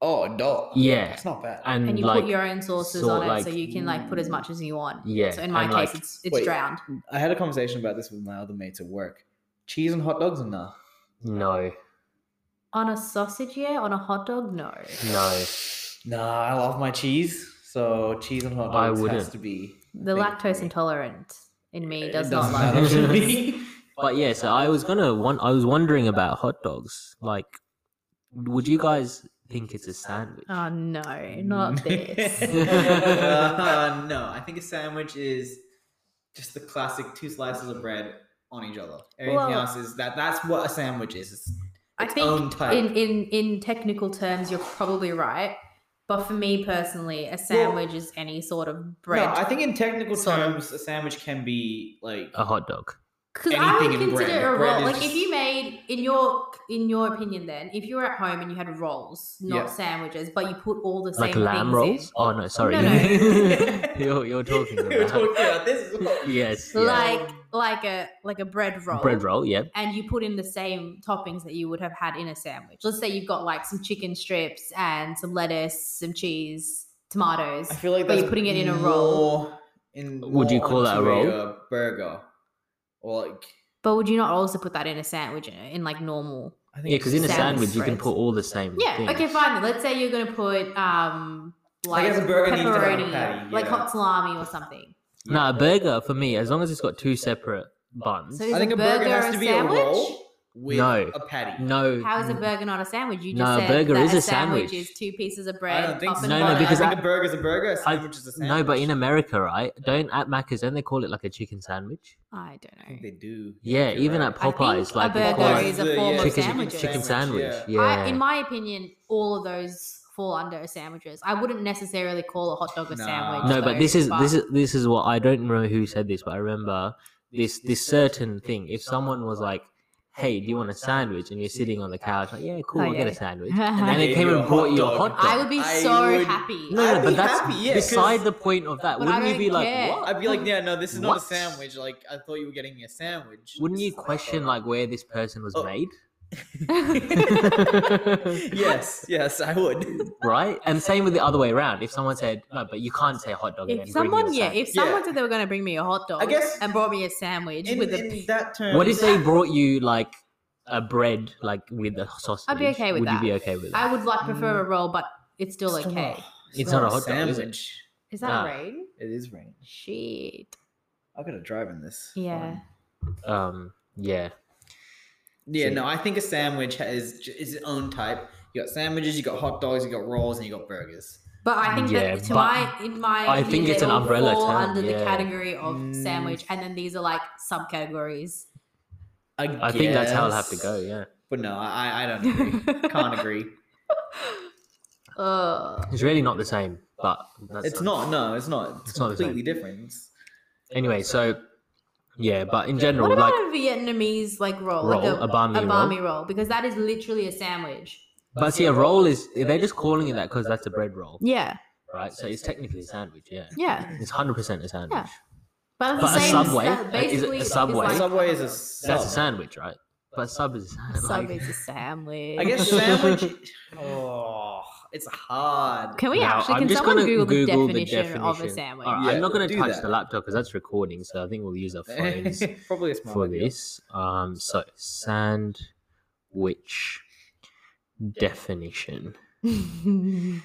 [SPEAKER 4] Oh, dog.
[SPEAKER 3] Yeah.
[SPEAKER 4] it's not bad.
[SPEAKER 3] and,
[SPEAKER 2] and you
[SPEAKER 3] like
[SPEAKER 2] put your own sauces
[SPEAKER 3] sort
[SPEAKER 2] on it,
[SPEAKER 3] like-
[SPEAKER 2] so you can like put as much as you want.
[SPEAKER 3] yeah.
[SPEAKER 2] So in my
[SPEAKER 3] and,
[SPEAKER 2] case,
[SPEAKER 3] like,
[SPEAKER 2] it's it's
[SPEAKER 4] wait.
[SPEAKER 2] drowned.
[SPEAKER 4] I had a conversation about this with my other mates at work. Cheese and hot dogs, or nah?
[SPEAKER 3] no,
[SPEAKER 2] On a sausage, yeah. On a hot dog, no.
[SPEAKER 3] no.
[SPEAKER 4] Nah, I love my cheese, so cheese and hot
[SPEAKER 3] I
[SPEAKER 4] dogs has
[SPEAKER 3] wouldn't.
[SPEAKER 4] to be.
[SPEAKER 2] The
[SPEAKER 4] thing for
[SPEAKER 2] lactose
[SPEAKER 4] me.
[SPEAKER 2] intolerant in me
[SPEAKER 4] It
[SPEAKER 2] does
[SPEAKER 4] doesn't
[SPEAKER 2] not like
[SPEAKER 4] matter
[SPEAKER 2] it.
[SPEAKER 4] to
[SPEAKER 3] it.
[SPEAKER 4] me.
[SPEAKER 3] But yeah, so I was gonna. One, I was wondering about hot dogs. Like, would you guys think it's a sandwich?
[SPEAKER 2] Oh no, not this.
[SPEAKER 4] Mm. uh, no, I think a sandwich is just the classic two slices of bread on each other. Everything
[SPEAKER 2] Well-
[SPEAKER 4] else is that. That's what a sandwich is. It's
[SPEAKER 2] I
[SPEAKER 4] its
[SPEAKER 2] think
[SPEAKER 4] own type.
[SPEAKER 2] in in in technical terms, you're probably right. But for me personally, a sandwich is any sort of bread.
[SPEAKER 4] No, I think in technical
[SPEAKER 2] Sort of.
[SPEAKER 4] terms, a sandwich can be like
[SPEAKER 3] A hot dog.
[SPEAKER 2] Because I would
[SPEAKER 4] anything in
[SPEAKER 2] consider
[SPEAKER 4] bread.
[SPEAKER 2] it a
[SPEAKER 4] Bread
[SPEAKER 2] roll.
[SPEAKER 4] is
[SPEAKER 2] Like if
[SPEAKER 4] just-
[SPEAKER 2] you made in your in your opinion, then if you were at home and you had rolls, not
[SPEAKER 4] Yeah.
[SPEAKER 2] sandwiches, but you put all the
[SPEAKER 3] like
[SPEAKER 2] same
[SPEAKER 3] lamb
[SPEAKER 2] things eh?
[SPEAKER 3] rolls? Oh no, sorry.
[SPEAKER 2] No, no.
[SPEAKER 3] you're, you're talking about.
[SPEAKER 4] we were talking about this. as well.
[SPEAKER 3] yes.
[SPEAKER 2] in,
[SPEAKER 3] yeah.
[SPEAKER 2] like like a like a bread roll.
[SPEAKER 3] bread roll. Yeah.
[SPEAKER 2] And you put in the same toppings that you would have had in a sandwich. Let's say you've got like some chicken strips and some lettuce, some cheese, tomatoes.
[SPEAKER 4] I feel like
[SPEAKER 2] But
[SPEAKER 4] that's
[SPEAKER 2] you're putting it in a roll.
[SPEAKER 4] more In
[SPEAKER 3] Would you
[SPEAKER 4] more
[SPEAKER 3] call that a
[SPEAKER 4] onto
[SPEAKER 3] roll?
[SPEAKER 4] burger, or like
[SPEAKER 2] But would you not also put that in a sandwich in, in like normal?
[SPEAKER 4] I think
[SPEAKER 3] Yeah, because in a
[SPEAKER 2] Sandwich
[SPEAKER 3] sandwich you can
[SPEAKER 2] spreads.
[SPEAKER 3] put all the
[SPEAKER 4] Mm,
[SPEAKER 3] same.
[SPEAKER 2] Yeah.
[SPEAKER 3] things.
[SPEAKER 2] Okay, fine. Then. Let's say you're gonna put um
[SPEAKER 4] Like,
[SPEAKER 2] like
[SPEAKER 4] as a burger, you need to have a
[SPEAKER 2] pepperoni,
[SPEAKER 4] patty,
[SPEAKER 2] like
[SPEAKER 4] yeah.
[SPEAKER 2] hot salami or something.
[SPEAKER 3] Nah, a burger for me, as long as it's got two separate buns.
[SPEAKER 2] So is
[SPEAKER 4] I think
[SPEAKER 2] a
[SPEAKER 4] a
[SPEAKER 2] burger,
[SPEAKER 4] burger has
[SPEAKER 2] a
[SPEAKER 4] to be a
[SPEAKER 2] sandwich?
[SPEAKER 4] roll Mm. with
[SPEAKER 3] No.
[SPEAKER 4] a patty.
[SPEAKER 3] no.
[SPEAKER 2] How is a burger not a sandwich? You just
[SPEAKER 3] No, a
[SPEAKER 2] said
[SPEAKER 3] burger
[SPEAKER 2] that
[SPEAKER 3] is
[SPEAKER 2] a
[SPEAKER 3] a
[SPEAKER 2] sandwich.
[SPEAKER 3] sandwich.
[SPEAKER 2] is two pieces of bread.
[SPEAKER 4] I don't think
[SPEAKER 2] up
[SPEAKER 4] so.
[SPEAKER 2] and
[SPEAKER 3] No, no,
[SPEAKER 2] down.
[SPEAKER 4] I
[SPEAKER 3] because
[SPEAKER 4] think
[SPEAKER 3] I-
[SPEAKER 4] a burger is a burger. A
[SPEAKER 3] I-
[SPEAKER 4] sandwich is a sandwich.
[SPEAKER 3] No, but in America, right? Don't at Macca's don't they call it like a chicken sandwich?
[SPEAKER 2] I
[SPEAKER 4] I think
[SPEAKER 2] don't know.
[SPEAKER 4] they do.
[SPEAKER 3] Yeah,
[SPEAKER 4] You're
[SPEAKER 3] even
[SPEAKER 4] right.
[SPEAKER 3] at Popeyes,
[SPEAKER 2] I
[SPEAKER 3] like
[SPEAKER 2] think
[SPEAKER 3] they
[SPEAKER 2] a
[SPEAKER 3] call
[SPEAKER 2] burger
[SPEAKER 3] it
[SPEAKER 2] is a form of
[SPEAKER 3] chicken,
[SPEAKER 2] sandwich.
[SPEAKER 3] chicken sandwich.
[SPEAKER 4] yeah.
[SPEAKER 3] Yeah.
[SPEAKER 2] I, in my opinion, all of those fall under sandwiches. I wouldn't necessarily call a hot dog a
[SPEAKER 4] Nah.
[SPEAKER 2] sandwich.
[SPEAKER 3] No, but
[SPEAKER 2] though,
[SPEAKER 3] this is this is this is what I don't remember who said this, but I remember this this certain thing. If someone was like, "Hey, do you want a sandwich?" and you're sitting on the couch, like, "Yeah, cool,
[SPEAKER 2] Oh,
[SPEAKER 3] I'll
[SPEAKER 2] yeah.
[SPEAKER 3] get a sandwich," and then
[SPEAKER 4] They
[SPEAKER 3] it
[SPEAKER 4] gave
[SPEAKER 3] came
[SPEAKER 4] you
[SPEAKER 3] and
[SPEAKER 4] a
[SPEAKER 3] brought
[SPEAKER 4] hot
[SPEAKER 3] you a
[SPEAKER 4] dog.
[SPEAKER 3] hot dog.
[SPEAKER 2] I would be
[SPEAKER 4] I
[SPEAKER 2] so
[SPEAKER 4] would-
[SPEAKER 2] happy.
[SPEAKER 3] no, no,
[SPEAKER 4] I'd
[SPEAKER 3] but
[SPEAKER 4] be
[SPEAKER 3] that's
[SPEAKER 4] happy, yeah, 'cause-
[SPEAKER 3] beside the point of that.
[SPEAKER 2] But I
[SPEAKER 3] Wouldn't you
[SPEAKER 2] don't
[SPEAKER 3] be
[SPEAKER 2] care.
[SPEAKER 3] like, "What?"
[SPEAKER 4] I'd be like, yeah, no, this is not a
[SPEAKER 3] What?
[SPEAKER 4] sandwich. Like, I thought you were getting me a sandwich. oh.
[SPEAKER 3] Wouldn't
[SPEAKER 4] This
[SPEAKER 3] you
[SPEAKER 4] is a hot
[SPEAKER 3] question
[SPEAKER 4] dog.
[SPEAKER 3] like where this person was
[SPEAKER 4] Oh.
[SPEAKER 3] made,
[SPEAKER 4] yes, yes, I would.
[SPEAKER 3] right? And same with the other way around. If someone said, "No, but you can't say hot dog," and
[SPEAKER 2] if
[SPEAKER 3] then bring you
[SPEAKER 2] someone,
[SPEAKER 3] a
[SPEAKER 2] yeah,
[SPEAKER 3] sandwich."
[SPEAKER 2] if someone
[SPEAKER 4] Yeah.
[SPEAKER 2] said they were going to bring me a hot dog,
[SPEAKER 4] I guess-
[SPEAKER 2] and brought me a sandwich
[SPEAKER 4] In,
[SPEAKER 2] with a
[SPEAKER 4] in that term,
[SPEAKER 3] what if they brought you like a bread, like with a sausage?
[SPEAKER 2] I'd be okay with
[SPEAKER 3] Would
[SPEAKER 2] that.
[SPEAKER 3] you be okay with that?
[SPEAKER 2] I would like prefer a roll, but it's still okay.
[SPEAKER 3] Mm. It's not a hot dog, is it?
[SPEAKER 4] sandwich.
[SPEAKER 2] Is that
[SPEAKER 3] Ah.
[SPEAKER 2] rain?
[SPEAKER 4] It is rain.
[SPEAKER 2] Shit.
[SPEAKER 4] I gotta drive in this.
[SPEAKER 2] Yeah.
[SPEAKER 4] Fine.
[SPEAKER 3] Um, yeah.
[SPEAKER 4] Yeah.
[SPEAKER 3] See.
[SPEAKER 4] No, I think a sandwich has j- is its own type. You got sandwiches, you got hot dogs, you got rolls, and you got burgers.
[SPEAKER 2] But I think
[SPEAKER 3] Yeah,
[SPEAKER 2] that to
[SPEAKER 3] but
[SPEAKER 2] my in my
[SPEAKER 3] I
[SPEAKER 2] opinion,
[SPEAKER 3] think it's
[SPEAKER 2] they
[SPEAKER 3] an
[SPEAKER 2] all
[SPEAKER 3] umbrella
[SPEAKER 2] fall
[SPEAKER 3] term,
[SPEAKER 2] under the
[SPEAKER 3] yeah.
[SPEAKER 2] category of
[SPEAKER 4] Mm.
[SPEAKER 2] sandwich, and then these are like subcategories.
[SPEAKER 4] I,
[SPEAKER 3] I think that's how it'll have to
[SPEAKER 4] guess.
[SPEAKER 3] go. Yeah,
[SPEAKER 4] But no, I I don't agree. Can't agree.
[SPEAKER 2] Ugh.
[SPEAKER 3] it's really not the same, but that's
[SPEAKER 4] It's not. No, it's not. It's,
[SPEAKER 3] It's not the same.
[SPEAKER 4] completely different.
[SPEAKER 3] Anyway, so yeah, but in general,
[SPEAKER 2] What about
[SPEAKER 3] like
[SPEAKER 2] a Vietnamese like roll,
[SPEAKER 3] roll,
[SPEAKER 2] like a,
[SPEAKER 3] a banh mi
[SPEAKER 2] a
[SPEAKER 3] roll.
[SPEAKER 2] banh mi roll, because that is literally a sandwich.
[SPEAKER 3] But see, a roll is they're just calling it that because that's a bread roll,
[SPEAKER 2] Yeah,
[SPEAKER 3] right? So it's technically a sandwich. Yeah,
[SPEAKER 2] yeah.
[SPEAKER 3] it's hundred percent a sandwich.
[SPEAKER 2] But, it's
[SPEAKER 3] But
[SPEAKER 2] the
[SPEAKER 3] a
[SPEAKER 2] same
[SPEAKER 3] Subway,
[SPEAKER 2] that
[SPEAKER 3] uh, is it a
[SPEAKER 2] basically it's
[SPEAKER 3] Subway?
[SPEAKER 2] like-
[SPEAKER 4] Subway is a sub.
[SPEAKER 3] That's a sandwich, right? But sub is a sandwich.
[SPEAKER 2] Sub is a sandwich.
[SPEAKER 4] I guess sandwich. oh, it's hard.
[SPEAKER 2] Can we
[SPEAKER 3] Now,
[SPEAKER 2] actually?
[SPEAKER 3] I'm
[SPEAKER 2] Can
[SPEAKER 3] just
[SPEAKER 2] someone
[SPEAKER 3] gonna
[SPEAKER 2] Google,
[SPEAKER 3] Google
[SPEAKER 2] the,
[SPEAKER 3] the
[SPEAKER 2] definition of a
[SPEAKER 3] definition.
[SPEAKER 2] sandwich?
[SPEAKER 3] Alright,
[SPEAKER 4] Oh, Yeah,
[SPEAKER 3] I'm not going to
[SPEAKER 4] do
[SPEAKER 3] touch
[SPEAKER 4] that.
[SPEAKER 3] the laptop because that's recording, so I think we'll use our phones
[SPEAKER 4] Probably a smart
[SPEAKER 3] for
[SPEAKER 4] idea.
[SPEAKER 3] this. Um, so sandwich definition.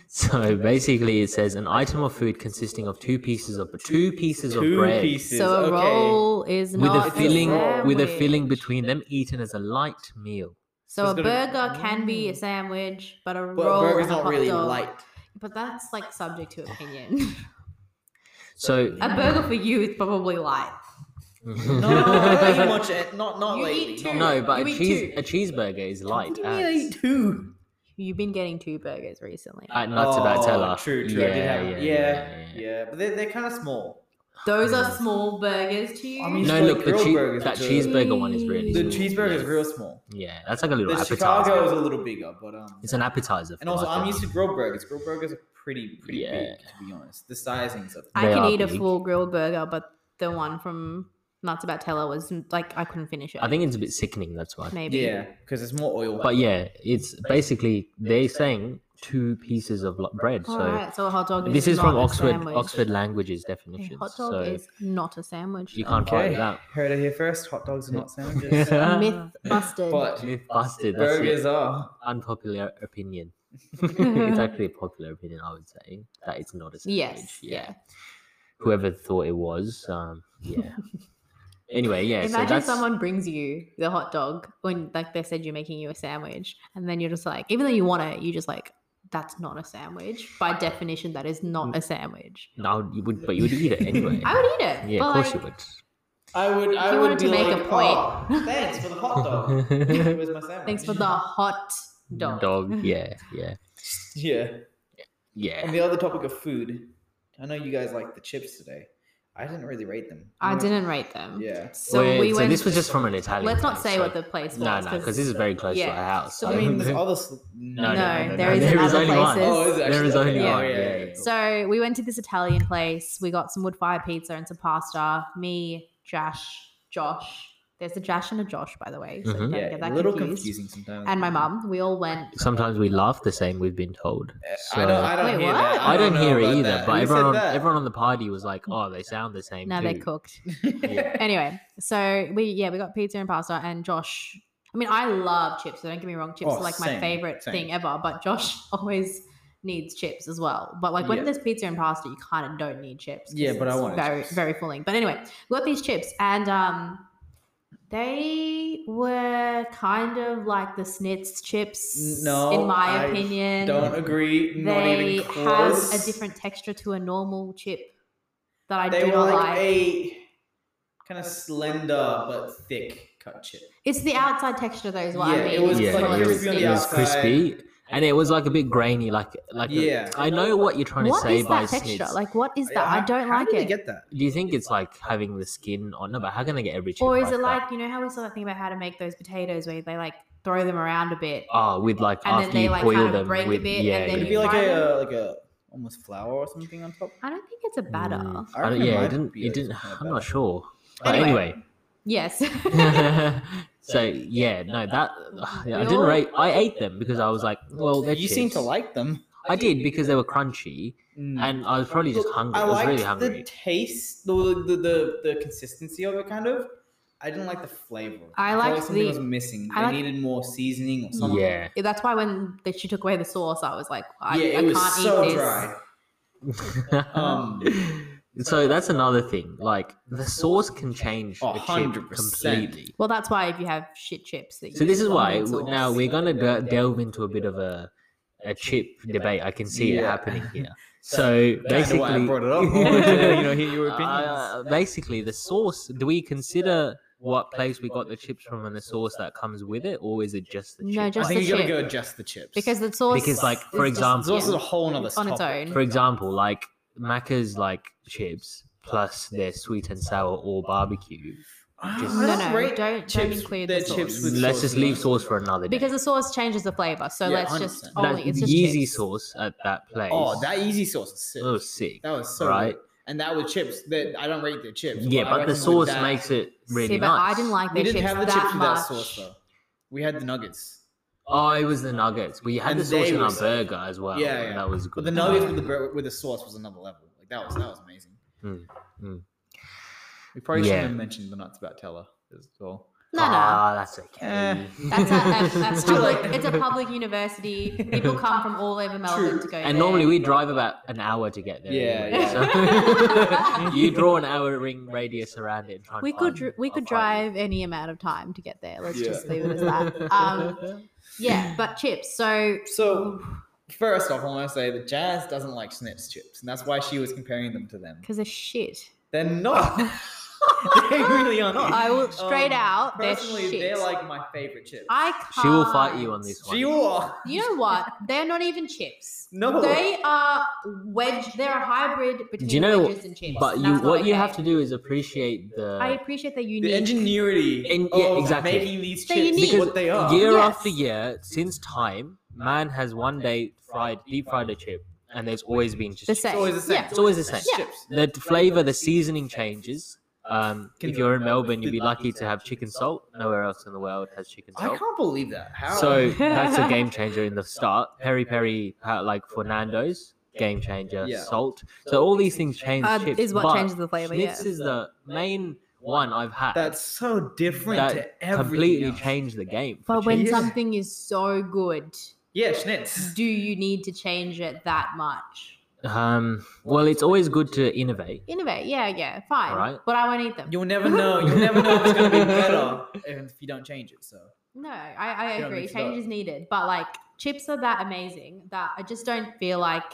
[SPEAKER 3] So basically, it says an item of food consisting of two pieces of two pieces of
[SPEAKER 4] Two
[SPEAKER 3] bread.
[SPEAKER 4] pieces.
[SPEAKER 2] so a
[SPEAKER 4] okay.
[SPEAKER 2] roll is
[SPEAKER 3] with
[SPEAKER 2] not
[SPEAKER 3] a filling
[SPEAKER 2] sandwich.
[SPEAKER 3] with a filling between them eaten as a light meal
[SPEAKER 2] So a
[SPEAKER 4] It's gotta-
[SPEAKER 3] Mm.
[SPEAKER 2] burger can be a sandwich, but a
[SPEAKER 4] But
[SPEAKER 2] roll
[SPEAKER 4] burger's
[SPEAKER 2] and a
[SPEAKER 4] not
[SPEAKER 2] hot
[SPEAKER 4] really
[SPEAKER 2] dog-
[SPEAKER 4] light.
[SPEAKER 2] But that's like subject to opinion.
[SPEAKER 3] so
[SPEAKER 2] a burger for you is probably light.
[SPEAKER 4] No, I eat much. eh, Not not
[SPEAKER 2] You
[SPEAKER 4] lately.
[SPEAKER 2] eat
[SPEAKER 4] not
[SPEAKER 2] two.
[SPEAKER 3] no but
[SPEAKER 2] You
[SPEAKER 3] a,
[SPEAKER 2] eat
[SPEAKER 3] cheese,
[SPEAKER 2] two.
[SPEAKER 3] a cheeseburger is light
[SPEAKER 4] lately. I
[SPEAKER 3] as,
[SPEAKER 4] eat two.
[SPEAKER 2] You've been getting two burgers recently.
[SPEAKER 3] at nuts
[SPEAKER 4] oh,
[SPEAKER 3] about teller
[SPEAKER 4] True, true. I did have- Yeah, yeah, But they're, they're kind of small.
[SPEAKER 2] Those are small burgers to you.
[SPEAKER 4] I mean,
[SPEAKER 3] no
[SPEAKER 4] Cheeseburger
[SPEAKER 3] look the
[SPEAKER 4] grill
[SPEAKER 3] chee-
[SPEAKER 4] burgers
[SPEAKER 3] that
[SPEAKER 4] are good.
[SPEAKER 3] cheeseburger one is really
[SPEAKER 4] The
[SPEAKER 3] small.
[SPEAKER 4] cheeseburger is
[SPEAKER 3] yeah.
[SPEAKER 4] real small.
[SPEAKER 3] yeah that's like a little
[SPEAKER 4] The
[SPEAKER 3] appetizer
[SPEAKER 4] Chicago is a little bigger, but um.
[SPEAKER 3] it's an appetizer
[SPEAKER 4] and also,
[SPEAKER 3] like
[SPEAKER 4] I'm
[SPEAKER 3] a-
[SPEAKER 4] used to grill burgers. Grill burgers are pretty pretty
[SPEAKER 3] Yeah.
[SPEAKER 4] big, to be honest. The sizings of
[SPEAKER 2] I
[SPEAKER 3] They
[SPEAKER 2] can
[SPEAKER 3] are
[SPEAKER 2] eat a
[SPEAKER 3] big.
[SPEAKER 2] full grilled burger, but the one from Nuts About Teller was like I couldn't finish it.
[SPEAKER 3] i think it's a bit sickening that's why
[SPEAKER 2] maybe.
[SPEAKER 4] yeah, because it's more oil.
[SPEAKER 3] but yeah it's basically they're saying two pieces of lo- bread
[SPEAKER 2] All
[SPEAKER 3] so
[SPEAKER 2] right. So a hot dog.
[SPEAKER 3] this
[SPEAKER 2] is,
[SPEAKER 3] is from
[SPEAKER 2] not a
[SPEAKER 3] oxford
[SPEAKER 2] sandwich.
[SPEAKER 3] oxford languages
[SPEAKER 2] A
[SPEAKER 3] definition
[SPEAKER 2] hot dog
[SPEAKER 3] so
[SPEAKER 2] is not a sandwich.
[SPEAKER 3] you can't
[SPEAKER 4] okay,
[SPEAKER 3] fight that
[SPEAKER 4] heard it here first. Hot dogs are not sandwiches.
[SPEAKER 2] A myth busted.
[SPEAKER 4] but
[SPEAKER 3] Myth busted. That's
[SPEAKER 4] burgers
[SPEAKER 3] an
[SPEAKER 4] are.
[SPEAKER 3] unpopular opinion. it's actually a popular opinion, I would say, that it's not a sandwich.
[SPEAKER 2] yes. Yeah.
[SPEAKER 3] Whoever thought it was, um, yeah. anyway, yeah. so
[SPEAKER 2] Imagine
[SPEAKER 3] that's,
[SPEAKER 2] someone brings you the hot dog when like they said you're making you a sandwich, and then you're just like, even though you want it, you just like, that's not a sandwich. By definition, that is
[SPEAKER 3] Mm.
[SPEAKER 2] not a sandwich.
[SPEAKER 3] No, you would, but you would eat it anyway.
[SPEAKER 2] I would eat it.
[SPEAKER 3] yeah,
[SPEAKER 2] but
[SPEAKER 3] of course
[SPEAKER 2] like,
[SPEAKER 3] you would.
[SPEAKER 4] I would. I
[SPEAKER 2] you
[SPEAKER 4] would
[SPEAKER 2] wanted
[SPEAKER 4] be
[SPEAKER 2] to make a
[SPEAKER 4] like,
[SPEAKER 2] point.
[SPEAKER 4] "Oh, thanks for the hot dog. Where's my sandwich?
[SPEAKER 2] Thanks for the hot dog.
[SPEAKER 3] Dog, yeah, yeah,
[SPEAKER 4] Yeah. On
[SPEAKER 3] yeah.
[SPEAKER 4] the other topic of food, I know you guys like the chips today. I didn't really rate them.
[SPEAKER 2] I
[SPEAKER 4] I'm not-
[SPEAKER 2] didn't rate them.
[SPEAKER 4] Yeah.
[SPEAKER 2] So
[SPEAKER 3] Wait,
[SPEAKER 2] we
[SPEAKER 3] so
[SPEAKER 2] went.
[SPEAKER 3] this was just from an Italian.
[SPEAKER 2] let's not
[SPEAKER 3] place,
[SPEAKER 2] say
[SPEAKER 3] so-
[SPEAKER 2] what the place was.
[SPEAKER 3] No, no, because this is very close to
[SPEAKER 2] yeah.
[SPEAKER 3] our house.
[SPEAKER 2] So
[SPEAKER 4] I mean, there's other. Sl-
[SPEAKER 2] no,
[SPEAKER 3] No, no, no,
[SPEAKER 2] there
[SPEAKER 3] no,
[SPEAKER 2] is
[SPEAKER 3] there is
[SPEAKER 2] other
[SPEAKER 3] only one.
[SPEAKER 2] places.
[SPEAKER 4] Oh, is it
[SPEAKER 3] There is
[SPEAKER 4] actually?
[SPEAKER 3] only
[SPEAKER 4] Yeah.
[SPEAKER 3] one.
[SPEAKER 4] Oh, yeah,
[SPEAKER 3] yeah,
[SPEAKER 4] yeah,
[SPEAKER 3] yeah.
[SPEAKER 4] cool.
[SPEAKER 2] So we went to this Italian place. We got some wood fire pizza and some pasta. Me, Josh, Josh. There's a Josh and a Josh, by the way. So
[SPEAKER 3] Mhm.
[SPEAKER 2] don't
[SPEAKER 4] yeah,
[SPEAKER 2] get that
[SPEAKER 4] a little
[SPEAKER 2] confused.
[SPEAKER 4] confusing sometimes.
[SPEAKER 2] And my mum. We all went.
[SPEAKER 3] Sometimes we laugh the same. We've been told.
[SPEAKER 4] Uh,
[SPEAKER 3] So-
[SPEAKER 4] I don't. I don't
[SPEAKER 2] Wait,
[SPEAKER 4] hear
[SPEAKER 2] what?
[SPEAKER 4] that.
[SPEAKER 3] I, don't,
[SPEAKER 4] know
[SPEAKER 3] hear it
[SPEAKER 4] about
[SPEAKER 3] either,
[SPEAKER 4] that.
[SPEAKER 3] but
[SPEAKER 4] Who said
[SPEAKER 3] everyone on,
[SPEAKER 4] that?
[SPEAKER 3] everyone on the party was like, "Oh, they sound the same."
[SPEAKER 2] Now
[SPEAKER 3] too.
[SPEAKER 2] they're cooked. anyway, so we yeah we got pizza and pasta and Josh. I mean, I love chips. So don't get me wrong, chips
[SPEAKER 4] Oh,
[SPEAKER 2] are like my
[SPEAKER 4] same,
[SPEAKER 2] favorite
[SPEAKER 4] same.
[SPEAKER 2] thing ever. But Josh always needs chips as well. But like when
[SPEAKER 4] Yeah.
[SPEAKER 2] there's pizza and pasta, you kind of don't need chips. 'cause
[SPEAKER 4] Yeah, but I
[SPEAKER 2] it's
[SPEAKER 4] wanted
[SPEAKER 2] very
[SPEAKER 4] chips.
[SPEAKER 2] very filling. But anyway, we got these chips and um, they were kind of like the Snitz chips.
[SPEAKER 4] No,
[SPEAKER 2] in my
[SPEAKER 4] I
[SPEAKER 2] opinion,
[SPEAKER 4] Don't agree. Not
[SPEAKER 2] they
[SPEAKER 4] even close.
[SPEAKER 2] have a different texture to a normal chip that I
[SPEAKER 4] They
[SPEAKER 2] do
[SPEAKER 4] were
[SPEAKER 2] not
[SPEAKER 4] like,
[SPEAKER 2] like.
[SPEAKER 4] a kind of slender but thick cut chip.
[SPEAKER 2] It's the outside texture though, is what
[SPEAKER 4] Yeah,
[SPEAKER 2] I mean.
[SPEAKER 4] it was
[SPEAKER 2] It's
[SPEAKER 3] yeah,
[SPEAKER 4] like
[SPEAKER 2] not
[SPEAKER 3] it was,
[SPEAKER 4] crispy on the
[SPEAKER 3] it was
[SPEAKER 4] outside.
[SPEAKER 3] crispy, and it was like a bit grainy, like like. a-
[SPEAKER 4] Yeah.
[SPEAKER 3] I know what you're trying to
[SPEAKER 2] What
[SPEAKER 3] say
[SPEAKER 2] is
[SPEAKER 3] by
[SPEAKER 2] that texture?
[SPEAKER 3] snitch.
[SPEAKER 2] Like, what is that?
[SPEAKER 4] Yeah,
[SPEAKER 2] I
[SPEAKER 4] how-
[SPEAKER 2] don't
[SPEAKER 4] how
[SPEAKER 2] like
[SPEAKER 4] did they
[SPEAKER 2] it.
[SPEAKER 4] get that?
[SPEAKER 3] Do you think it's like having the skin on? No, but how can I get every chip?
[SPEAKER 2] Or is it
[SPEAKER 3] that?
[SPEAKER 2] like you know how we saw that thing about how to make those potatoes where they like throw them around a bit?
[SPEAKER 3] Oh, with like
[SPEAKER 2] and then
[SPEAKER 3] after
[SPEAKER 2] they,
[SPEAKER 3] you
[SPEAKER 2] like,
[SPEAKER 3] boil
[SPEAKER 2] kind of
[SPEAKER 3] them
[SPEAKER 2] break a
[SPEAKER 3] with
[SPEAKER 2] bit and
[SPEAKER 3] yeah,
[SPEAKER 2] then
[SPEAKER 4] It'd
[SPEAKER 3] yeah.
[SPEAKER 4] be like
[SPEAKER 2] Fried
[SPEAKER 4] a like a almost flour or something on top.
[SPEAKER 2] I don't think it's a batter.
[SPEAKER 3] Mm,
[SPEAKER 4] I
[SPEAKER 3] I don't,
[SPEAKER 4] reckon
[SPEAKER 3] yeah,
[SPEAKER 4] mine
[SPEAKER 3] it didn't.
[SPEAKER 4] would be
[SPEAKER 3] It
[SPEAKER 4] a
[SPEAKER 3] didn't.
[SPEAKER 4] kind of
[SPEAKER 3] I'm
[SPEAKER 4] batter.
[SPEAKER 3] not sure. But
[SPEAKER 2] Anyway.
[SPEAKER 3] anyway,
[SPEAKER 2] Yes.
[SPEAKER 3] so yeah, no, that
[SPEAKER 2] We
[SPEAKER 3] yeah, I didn't
[SPEAKER 2] all-
[SPEAKER 3] rate. I ate them because I was like, well, they're
[SPEAKER 4] You seem to
[SPEAKER 3] chips.
[SPEAKER 4] like them. Mm.
[SPEAKER 3] I did because they were crunchy, and I was probably just
[SPEAKER 4] Look,
[SPEAKER 3] hungry.
[SPEAKER 4] I
[SPEAKER 3] I was
[SPEAKER 4] liked
[SPEAKER 3] really
[SPEAKER 4] the
[SPEAKER 3] hungry.
[SPEAKER 4] taste, the, the the the consistency of it, kind of. I didn't like the flavor.
[SPEAKER 2] I
[SPEAKER 4] felt
[SPEAKER 2] liked
[SPEAKER 4] like something
[SPEAKER 2] the-
[SPEAKER 4] was missing.
[SPEAKER 2] I
[SPEAKER 4] I
[SPEAKER 2] liked-
[SPEAKER 4] needed more seasoning or something.
[SPEAKER 3] Yeah,
[SPEAKER 2] That's why when they, she took away the sauce, I was like, I,
[SPEAKER 4] yeah, it
[SPEAKER 2] I
[SPEAKER 4] was
[SPEAKER 2] can't
[SPEAKER 4] so
[SPEAKER 2] eat this.
[SPEAKER 4] dry. Um,
[SPEAKER 3] so that's another thing. Like the sauce can change
[SPEAKER 4] A
[SPEAKER 3] a chip
[SPEAKER 4] hundred percent.
[SPEAKER 3] completely.
[SPEAKER 2] Well, that's why if you have shit chips, that
[SPEAKER 3] So
[SPEAKER 2] you
[SPEAKER 3] this is
[SPEAKER 2] don't
[SPEAKER 3] why
[SPEAKER 2] need
[SPEAKER 3] w-
[SPEAKER 2] sauce.
[SPEAKER 3] now we're gonna de- delve into a bit of a a chip debate. I can see it
[SPEAKER 4] Yeah.
[SPEAKER 3] happening here. So
[SPEAKER 4] That's why I
[SPEAKER 3] basically,
[SPEAKER 4] brought it up. I wanted to, you know, hear your opinions.
[SPEAKER 3] uh, basically the sauce. Do we consider what place we got the chips from and the sauce that comes with it, or is it just the chip?
[SPEAKER 2] No,
[SPEAKER 4] I
[SPEAKER 2] just
[SPEAKER 4] think
[SPEAKER 2] the
[SPEAKER 4] you gotta
[SPEAKER 2] chip
[SPEAKER 4] go just the chips
[SPEAKER 2] because the sauce.
[SPEAKER 3] Because, like, for
[SPEAKER 2] is just-
[SPEAKER 3] example-
[SPEAKER 4] sauce is a whole nother
[SPEAKER 2] on its
[SPEAKER 4] topic.
[SPEAKER 2] own.
[SPEAKER 3] For example, like Macca's like chips, plus their sweet and sour or barbecue. Just-
[SPEAKER 2] No,
[SPEAKER 4] I
[SPEAKER 2] no,
[SPEAKER 4] rate
[SPEAKER 2] don't- don't
[SPEAKER 4] Ah, chips,
[SPEAKER 2] include
[SPEAKER 4] their
[SPEAKER 2] the sauce.
[SPEAKER 4] chips with
[SPEAKER 3] Let's
[SPEAKER 4] sauce
[SPEAKER 3] just
[SPEAKER 4] in
[SPEAKER 3] leave
[SPEAKER 4] it.
[SPEAKER 3] sauce for another day.
[SPEAKER 2] because the sauce changes the flavor. So
[SPEAKER 4] Yeah,
[SPEAKER 2] let's just
[SPEAKER 4] 100%.
[SPEAKER 2] only
[SPEAKER 3] that
[SPEAKER 2] it's just
[SPEAKER 3] Yeezy
[SPEAKER 2] chips.
[SPEAKER 3] sauce at that place.
[SPEAKER 4] Oh, that easy sauce is sick.
[SPEAKER 3] that was sick.
[SPEAKER 4] That was so
[SPEAKER 3] right?
[SPEAKER 4] right. And that was chips. That I don't rate the chips.
[SPEAKER 3] yeah,
[SPEAKER 4] I
[SPEAKER 3] but
[SPEAKER 4] reckon
[SPEAKER 3] the
[SPEAKER 4] with
[SPEAKER 3] sauce
[SPEAKER 4] that-
[SPEAKER 3] makes it really
[SPEAKER 2] See, but
[SPEAKER 3] nice.
[SPEAKER 2] I didn't like
[SPEAKER 4] We
[SPEAKER 2] their
[SPEAKER 4] didn't
[SPEAKER 2] chips
[SPEAKER 4] have the
[SPEAKER 2] that
[SPEAKER 4] chips without
[SPEAKER 2] much.
[SPEAKER 4] sauce though. We had the nuggets.
[SPEAKER 3] Oh, it was the nuggets. We had
[SPEAKER 4] And
[SPEAKER 3] the sauce
[SPEAKER 4] they
[SPEAKER 3] in
[SPEAKER 4] were
[SPEAKER 3] our
[SPEAKER 4] sick.
[SPEAKER 3] burger as well.
[SPEAKER 4] Yeah,
[SPEAKER 3] and
[SPEAKER 4] yeah.
[SPEAKER 3] that was good.
[SPEAKER 4] But the nuggets with the bur- with the sauce was another level. Like that was that was amazing.
[SPEAKER 3] Mm, mm.
[SPEAKER 4] We probably
[SPEAKER 3] Yeah.
[SPEAKER 4] shouldn't have mentioned the nuts about Teller as well.
[SPEAKER 2] No, no.
[SPEAKER 3] Ah, that's okay.
[SPEAKER 4] Eh.
[SPEAKER 2] That's a, a, a
[SPEAKER 4] Still
[SPEAKER 2] public,
[SPEAKER 4] like-
[SPEAKER 2] it's a public university. People come from all over Melbourne to go
[SPEAKER 3] And
[SPEAKER 2] there.
[SPEAKER 3] normally we drive about an hour to get there.
[SPEAKER 4] Yeah,
[SPEAKER 3] anyway,
[SPEAKER 2] yeah.
[SPEAKER 3] so- you draw an hour ring radius around it. And try and
[SPEAKER 2] we
[SPEAKER 3] find-
[SPEAKER 2] could dr- we
[SPEAKER 3] I'll
[SPEAKER 2] could
[SPEAKER 3] find
[SPEAKER 2] drive any amount of time to get there. Let's
[SPEAKER 4] Yeah.
[SPEAKER 2] just leave it as that. Um, yeah, but chips. So
[SPEAKER 4] So first off, I want to say that Jazz doesn't like Snips chips, and that's why she was comparing them to them.
[SPEAKER 2] because they're shit.
[SPEAKER 4] They're not. they really are not.
[SPEAKER 2] I will straight
[SPEAKER 4] Um,
[SPEAKER 2] out. They're
[SPEAKER 4] Personally,
[SPEAKER 2] shit.
[SPEAKER 4] they're like my favorite chips.
[SPEAKER 2] I can't.
[SPEAKER 3] She will fight you on this one.
[SPEAKER 4] She will.
[SPEAKER 2] You know what? They're not even chips.
[SPEAKER 4] No.
[SPEAKER 2] They are wedge. They're a hybrid between
[SPEAKER 3] Do you know-
[SPEAKER 2] wedges and chips.
[SPEAKER 3] But
[SPEAKER 2] and
[SPEAKER 3] you,
[SPEAKER 2] that's not
[SPEAKER 3] what you
[SPEAKER 2] okay.
[SPEAKER 3] have to do is appreciate the.
[SPEAKER 2] I appreciate that you
[SPEAKER 4] The
[SPEAKER 2] need.
[SPEAKER 4] ingenuity
[SPEAKER 3] And- yeah,
[SPEAKER 4] of
[SPEAKER 3] exactly.
[SPEAKER 4] making these
[SPEAKER 2] They're
[SPEAKER 4] chips
[SPEAKER 2] unique.
[SPEAKER 4] what they are.
[SPEAKER 3] year
[SPEAKER 2] Yes.
[SPEAKER 3] after year, since time, man has one day fried deep fried a chip, and there's always been just
[SPEAKER 2] The
[SPEAKER 3] chips.
[SPEAKER 2] same.
[SPEAKER 4] It's always the same.
[SPEAKER 2] Yeah.
[SPEAKER 3] It's always the same.
[SPEAKER 4] It's Chips.
[SPEAKER 3] The d- flavor, the seasoning changes. Um, if you're in Melbourne, you'd be lucky to have chicken salt. Nowhere else in the world has chicken
[SPEAKER 4] I
[SPEAKER 3] salt.
[SPEAKER 4] can't believe that. How?
[SPEAKER 3] So that's a game changer in the start. Peri peri, uh, like Fernando's, game changer.
[SPEAKER 4] Yeah.
[SPEAKER 3] Salt. So all these things change
[SPEAKER 2] Uh,
[SPEAKER 3] chips.
[SPEAKER 2] is what
[SPEAKER 3] but
[SPEAKER 2] changes the flavor. Yeah.
[SPEAKER 3] Schnitz is the main one I've had.
[SPEAKER 4] that's so different
[SPEAKER 3] That
[SPEAKER 4] to everything.
[SPEAKER 3] completely
[SPEAKER 4] else.
[SPEAKER 3] changed the game. for
[SPEAKER 2] But when
[SPEAKER 3] chips.
[SPEAKER 4] Yeah.
[SPEAKER 2] something is so good,
[SPEAKER 4] Yeah, schnitz.
[SPEAKER 2] do you need to change it that much?
[SPEAKER 3] um, well, it's always good to innovate.
[SPEAKER 2] Innovate. Yeah, yeah, fine.
[SPEAKER 3] Alright.
[SPEAKER 2] But I won't eat them.
[SPEAKER 4] You'll never know. You'll never know if it's gonna be better if you don't change it. So
[SPEAKER 2] No, I, I
[SPEAKER 4] Yeah,
[SPEAKER 2] agree.
[SPEAKER 4] mix it up.
[SPEAKER 2] Change is needed, but like chips are that amazing that I just don't feel like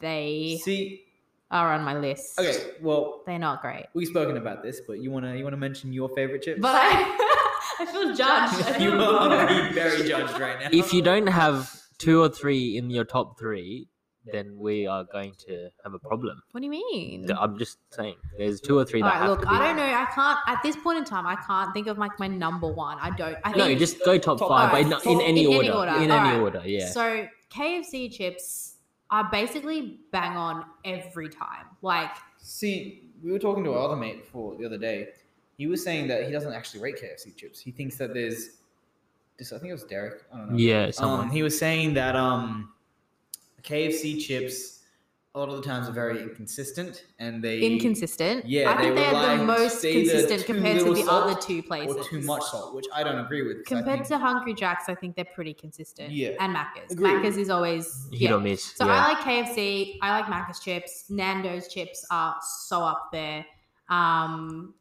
[SPEAKER 2] they
[SPEAKER 4] see,
[SPEAKER 2] are on my list.
[SPEAKER 4] okay, well,
[SPEAKER 2] they're not great.
[SPEAKER 4] we've spoken about this, but you wanna you wanna mention your favorite chips?
[SPEAKER 2] But I, I feel judged. I
[SPEAKER 4] you
[SPEAKER 2] feel-
[SPEAKER 4] are being very judged right now.
[SPEAKER 3] If you don't have two or three in your top three, then we are going to have a problem.
[SPEAKER 2] What do you mean?
[SPEAKER 3] I'm just saying, there's two or three
[SPEAKER 2] All
[SPEAKER 3] that
[SPEAKER 2] right,
[SPEAKER 3] have
[SPEAKER 2] look,
[SPEAKER 3] to be.
[SPEAKER 2] I don't know. I can't at this point in time. I can't think of like my number one. I don't. I
[SPEAKER 3] No,
[SPEAKER 2] think
[SPEAKER 3] just go top
[SPEAKER 4] Top
[SPEAKER 3] five,
[SPEAKER 2] five.
[SPEAKER 3] but not
[SPEAKER 2] Top-
[SPEAKER 3] in any
[SPEAKER 2] in any
[SPEAKER 3] order.
[SPEAKER 2] order.
[SPEAKER 3] In any
[SPEAKER 2] Alright.
[SPEAKER 3] order, yeah.
[SPEAKER 2] So KFC chips are basically bang on every time. Like
[SPEAKER 4] See, we were talking to our other mate before the other day. He was saying that he doesn't actually rate KFC chips. He thinks that there's just I think it was Derek. I don't know.
[SPEAKER 3] yeah, someone.
[SPEAKER 4] Um, he was saying that um, KFC chips a lot of the times are very inconsistent and they
[SPEAKER 2] inconsistent.
[SPEAKER 4] Yeah,
[SPEAKER 2] I think
[SPEAKER 4] they
[SPEAKER 2] they
[SPEAKER 4] were
[SPEAKER 2] are the
[SPEAKER 4] like,
[SPEAKER 2] most
[SPEAKER 4] say the
[SPEAKER 2] consistent
[SPEAKER 4] too
[SPEAKER 2] compared to
[SPEAKER 4] little
[SPEAKER 2] the
[SPEAKER 4] salt
[SPEAKER 2] other two places.
[SPEAKER 4] or too much salt, which I don't agree with. 'cause I
[SPEAKER 2] Compared
[SPEAKER 4] think-
[SPEAKER 2] to Hungry Jacks, I think they're pretty consistent.
[SPEAKER 4] Yeah.
[SPEAKER 2] And Macca's.
[SPEAKER 4] Agreed.
[SPEAKER 2] Macca's is always
[SPEAKER 3] Hit or
[SPEAKER 2] yeah.
[SPEAKER 3] miss.
[SPEAKER 2] So
[SPEAKER 3] yeah.
[SPEAKER 2] I like KFC. I like Macca's chips. Nando's chips are so up there. Um,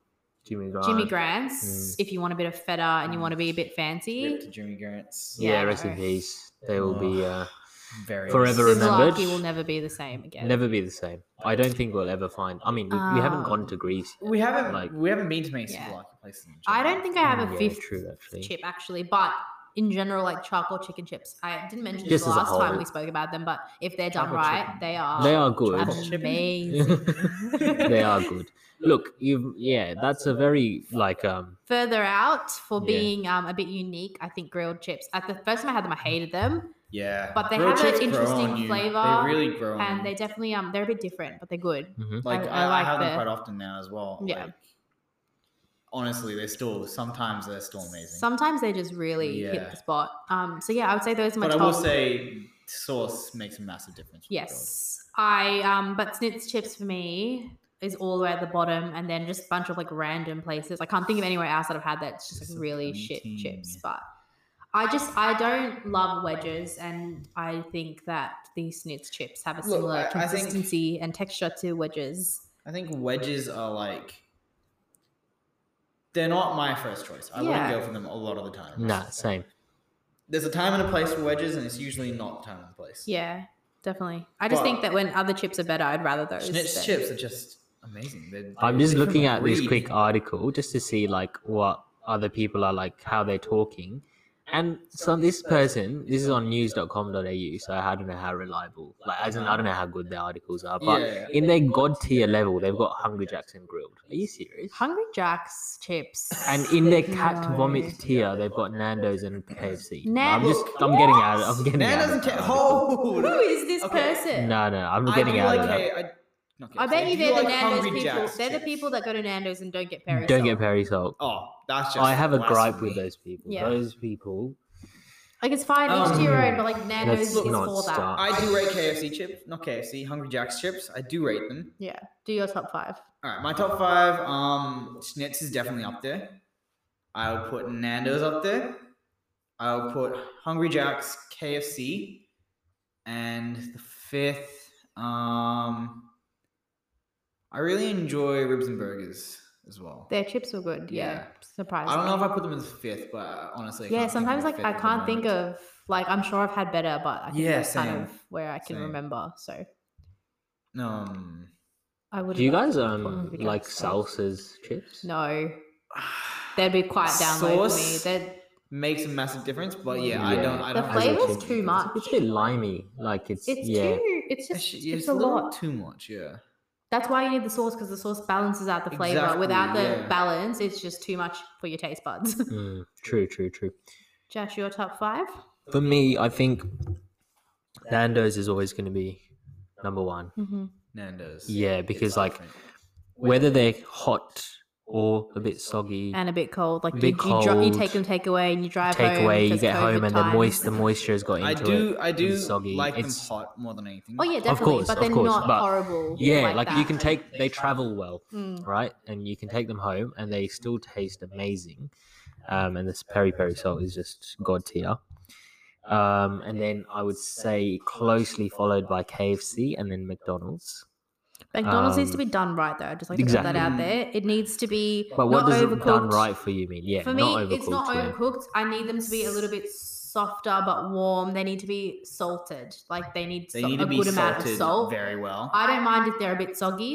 [SPEAKER 3] Jimmy Grant.
[SPEAKER 2] Jimmy
[SPEAKER 3] Mm.
[SPEAKER 2] Grant's, if you want a bit of feta and you
[SPEAKER 4] Mm.
[SPEAKER 2] want to be a bit
[SPEAKER 4] Rip to
[SPEAKER 2] fancy.
[SPEAKER 4] Jimmy Grant's.
[SPEAKER 3] Yeah,
[SPEAKER 2] Yeah,
[SPEAKER 3] rest in
[SPEAKER 2] okay.
[SPEAKER 3] peace. They will be uh,
[SPEAKER 4] Very
[SPEAKER 3] Forever
[SPEAKER 4] upset.
[SPEAKER 3] remember- remembered.
[SPEAKER 2] Souvlaki will never be the same again.
[SPEAKER 3] uh, never be the same. I don't think we'll ever find. I mean, we, we haven't
[SPEAKER 2] Um,
[SPEAKER 3] gone to Greece.
[SPEAKER 4] We haven't
[SPEAKER 3] Like-
[SPEAKER 4] we haven't been to many
[SPEAKER 2] Yeah.
[SPEAKER 4] Souvlaki places. in
[SPEAKER 2] I
[SPEAKER 4] Germany.
[SPEAKER 2] don't think I have a
[SPEAKER 3] Mm, yeah,
[SPEAKER 2] fifth
[SPEAKER 3] true, actually.
[SPEAKER 2] chip actually, but in general, like charcoal chicken chips. I didn't mention
[SPEAKER 3] Just
[SPEAKER 2] this
[SPEAKER 3] as a
[SPEAKER 2] last time
[SPEAKER 3] whole.
[SPEAKER 2] we spoke about them, but if they're done
[SPEAKER 4] Charcoal
[SPEAKER 2] right,
[SPEAKER 4] chicken.
[SPEAKER 2] they are
[SPEAKER 3] They are good.
[SPEAKER 4] Charcoal chicken?
[SPEAKER 2] amazing.
[SPEAKER 3] they are good. Look, you. Yeah, that's a very like um.
[SPEAKER 2] Further out for
[SPEAKER 3] Yeah.
[SPEAKER 2] being um, a bit unique, I think grilled chips. At the first time I had them, I hated them,
[SPEAKER 4] Yeah,
[SPEAKER 2] but they
[SPEAKER 4] Grilled
[SPEAKER 2] have an
[SPEAKER 4] chips grow on
[SPEAKER 2] interesting
[SPEAKER 4] you.
[SPEAKER 2] flavor,
[SPEAKER 4] They really grow, on you.
[SPEAKER 2] and they definitely um they're a bit different, but they're good.
[SPEAKER 3] mhm.
[SPEAKER 4] Like
[SPEAKER 2] I-
[SPEAKER 4] I,
[SPEAKER 2] I
[SPEAKER 4] I,
[SPEAKER 2] like
[SPEAKER 4] have
[SPEAKER 2] the-
[SPEAKER 4] them quite often now as well.
[SPEAKER 2] Yeah.
[SPEAKER 4] Like, honestly, they're still sometimes they're still amazing.
[SPEAKER 2] Sometimes they just really hit
[SPEAKER 4] Yeah.
[SPEAKER 2] the spot. Um, so yeah, I would say those are my
[SPEAKER 4] but I
[SPEAKER 2] top.
[SPEAKER 4] will say sauce makes a massive difference. with grilled.
[SPEAKER 2] Yes, I um, but Snitz chips for me is all the way at the bottom, and then just a bunch of like random places. I can't think of anywhere else that I've had that's just like really shit
[SPEAKER 4] Disappointing.
[SPEAKER 2] chips. But I just I don't love wedges, and I think that these Snitz chips have a
[SPEAKER 4] Look,
[SPEAKER 2] similar
[SPEAKER 4] I- I think-
[SPEAKER 2] consistency and texture to wedges.
[SPEAKER 4] I think wedges are like they're not my first choice. I
[SPEAKER 2] Yeah.
[SPEAKER 4] wouldn't go for them a lot of the time.
[SPEAKER 3] Nah, same.
[SPEAKER 4] There's a time and a place for wedges, and it's usually not the time and the place.
[SPEAKER 2] Yeah, definitely. I just think
[SPEAKER 4] But-
[SPEAKER 2] that when other chips are better, I'd rather those.
[SPEAKER 4] Schnitz
[SPEAKER 2] than-
[SPEAKER 4] chips are just amazing. They're,
[SPEAKER 3] I'm
[SPEAKER 4] they're
[SPEAKER 3] just looking
[SPEAKER 4] different
[SPEAKER 3] at this
[SPEAKER 4] breed.
[SPEAKER 3] quick article just to see like what other people are like, how they're talking. And so this person, this is on news.com.au, so I don't know how reliable, like as in I don't know how good their articles are, but
[SPEAKER 4] Yeah.
[SPEAKER 3] in their god tier level, they've got Hungry Jacks and Grilled. Are you serious?
[SPEAKER 2] Hungry Jack's chips.
[SPEAKER 3] And in their cat
[SPEAKER 2] No.
[SPEAKER 3] vomit tier, they've got Nando's and KFC.
[SPEAKER 2] Nan-
[SPEAKER 3] I'm just, I'm getting out. of- I'm getting
[SPEAKER 4] Nan
[SPEAKER 3] out. of
[SPEAKER 4] doesn't
[SPEAKER 3] that
[SPEAKER 4] care.
[SPEAKER 3] article.
[SPEAKER 4] Hold.
[SPEAKER 2] Who is this
[SPEAKER 4] Okay.
[SPEAKER 2] person?
[SPEAKER 3] No, no, I'm
[SPEAKER 4] I
[SPEAKER 3] getting
[SPEAKER 4] do
[SPEAKER 3] out
[SPEAKER 4] like
[SPEAKER 3] of that.
[SPEAKER 4] K- I, not
[SPEAKER 2] I
[SPEAKER 4] KFC,
[SPEAKER 2] bet you
[SPEAKER 4] do
[SPEAKER 2] they're the
[SPEAKER 4] like
[SPEAKER 2] Nando's
[SPEAKER 4] Hungry
[SPEAKER 2] people.
[SPEAKER 4] Jack's
[SPEAKER 2] they're the
[SPEAKER 4] chips.
[SPEAKER 2] people that go to Nando's and don't get Perry.
[SPEAKER 3] Don't
[SPEAKER 2] salt.
[SPEAKER 3] get Perry salt.
[SPEAKER 4] Oh, that's just.
[SPEAKER 3] I have a gripe
[SPEAKER 4] blasphemy.
[SPEAKER 3] with those people.
[SPEAKER 2] Yeah.
[SPEAKER 3] Those people.
[SPEAKER 2] Like it's fine, each to your own, but like Nando's
[SPEAKER 3] Let's
[SPEAKER 2] is
[SPEAKER 3] Um, not
[SPEAKER 2] for that.
[SPEAKER 3] start.
[SPEAKER 4] I do rate KFC chips, not KFC, Hungry Jack's chips. I do rate them.
[SPEAKER 2] Yeah. Do your top five.
[SPEAKER 4] All right, my top five. Um, Schnitz is definitely up there. I'll put Nando's up there. I'll put Hungry Jack's, KFC, and the fifth. Um, I really enjoy ribs and burgers as well.
[SPEAKER 2] Their chips were good. Yeah.
[SPEAKER 4] Yeah.
[SPEAKER 2] Surprising.
[SPEAKER 4] I don't know if I put them as fifth, but I honestly, I
[SPEAKER 2] yeah,
[SPEAKER 4] can't think of
[SPEAKER 2] sometimes
[SPEAKER 4] a
[SPEAKER 2] like
[SPEAKER 4] fifth
[SPEAKER 2] I
[SPEAKER 4] at the
[SPEAKER 2] can't think
[SPEAKER 4] moment.
[SPEAKER 2] of like I'm sure I've had better, but I think
[SPEAKER 4] Yeah,
[SPEAKER 2] that's kind
[SPEAKER 4] same.
[SPEAKER 2] of where I can
[SPEAKER 4] Same.
[SPEAKER 2] remember. So
[SPEAKER 4] No, um,
[SPEAKER 2] I would.
[SPEAKER 3] Do you
[SPEAKER 2] like
[SPEAKER 3] guys
[SPEAKER 2] to put Hungry
[SPEAKER 3] um
[SPEAKER 2] Jack's
[SPEAKER 3] like
[SPEAKER 2] though.
[SPEAKER 3] salsas chips?
[SPEAKER 2] No, they'd be quite down low for me.
[SPEAKER 4] Sauce?
[SPEAKER 2] They're,
[SPEAKER 4] makes a massive difference, but yeah, I
[SPEAKER 3] Yeah.
[SPEAKER 4] don't. I
[SPEAKER 2] The
[SPEAKER 4] don't.
[SPEAKER 3] As a
[SPEAKER 2] flavor's
[SPEAKER 3] chips.
[SPEAKER 2] too much.
[SPEAKER 3] It's a bit limey. Like it's,
[SPEAKER 2] it's
[SPEAKER 3] yeah.
[SPEAKER 2] too.
[SPEAKER 4] It's,
[SPEAKER 2] It's just. It's,
[SPEAKER 4] it's
[SPEAKER 2] a
[SPEAKER 4] little
[SPEAKER 2] lot.
[SPEAKER 4] Too much, yeah.
[SPEAKER 2] That's why you need the sauce because the sauce balances out the flavor.
[SPEAKER 4] Exactly,
[SPEAKER 2] Without the
[SPEAKER 4] yeah.
[SPEAKER 2] balance, it's just too much for your taste buds.
[SPEAKER 3] Mm, true, true, true.
[SPEAKER 2] Josh, your top five.
[SPEAKER 3] For me, I think Nando's is always going to be number one.
[SPEAKER 2] Mm-hmm.
[SPEAKER 4] Nando's.
[SPEAKER 3] Yeah,
[SPEAKER 4] It's
[SPEAKER 3] because, like,
[SPEAKER 4] different.
[SPEAKER 3] Whether they're hot or a bit soggy,
[SPEAKER 2] and a bit cold. Like
[SPEAKER 3] A
[SPEAKER 2] you,
[SPEAKER 3] bit
[SPEAKER 2] you, dri- you
[SPEAKER 3] cold.
[SPEAKER 2] take them, take away, and you drive
[SPEAKER 3] take
[SPEAKER 2] home
[SPEAKER 3] away, you
[SPEAKER 2] because
[SPEAKER 3] get
[SPEAKER 2] COVID
[SPEAKER 3] home, and the
[SPEAKER 2] times.
[SPEAKER 3] moist, the moisture has got into
[SPEAKER 4] I do.
[SPEAKER 3] it.
[SPEAKER 4] I do
[SPEAKER 3] It's soggy.
[SPEAKER 4] like
[SPEAKER 3] It's-
[SPEAKER 4] them hot more than anything.
[SPEAKER 2] Oh yeah, definitely.
[SPEAKER 3] course,
[SPEAKER 2] but
[SPEAKER 3] of
[SPEAKER 2] they're
[SPEAKER 3] course,
[SPEAKER 2] not
[SPEAKER 3] but-
[SPEAKER 2] horrible.
[SPEAKER 3] Yeah, like, you
[SPEAKER 2] that.
[SPEAKER 3] can take. They travel well,
[SPEAKER 2] Mm.
[SPEAKER 3] right? And you can take them home, and they still taste amazing. Um, and this peri peri salt is just god tier. Um, and then I would say closely followed by KFC and then McDonald's.
[SPEAKER 2] McDonald's needs to be
[SPEAKER 3] Um,
[SPEAKER 2] done right, though. I just like to put
[SPEAKER 3] exactly.
[SPEAKER 2] that out there. It needs to be
[SPEAKER 3] But what
[SPEAKER 2] not
[SPEAKER 3] does
[SPEAKER 2] overcooked.
[SPEAKER 3] it done right for you mean? Yeah,
[SPEAKER 2] for me,
[SPEAKER 3] not overcooked.
[SPEAKER 2] it's not
[SPEAKER 3] yeah.
[SPEAKER 2] overcooked. I need them to be a little bit softer but warm. They need to be salted. Like they need,
[SPEAKER 4] they
[SPEAKER 2] so-
[SPEAKER 4] need
[SPEAKER 2] a
[SPEAKER 4] to be
[SPEAKER 2] good amount of
[SPEAKER 4] salted
[SPEAKER 2] salt.
[SPEAKER 4] very well. I,
[SPEAKER 2] I don't mind if they're a bit soggy.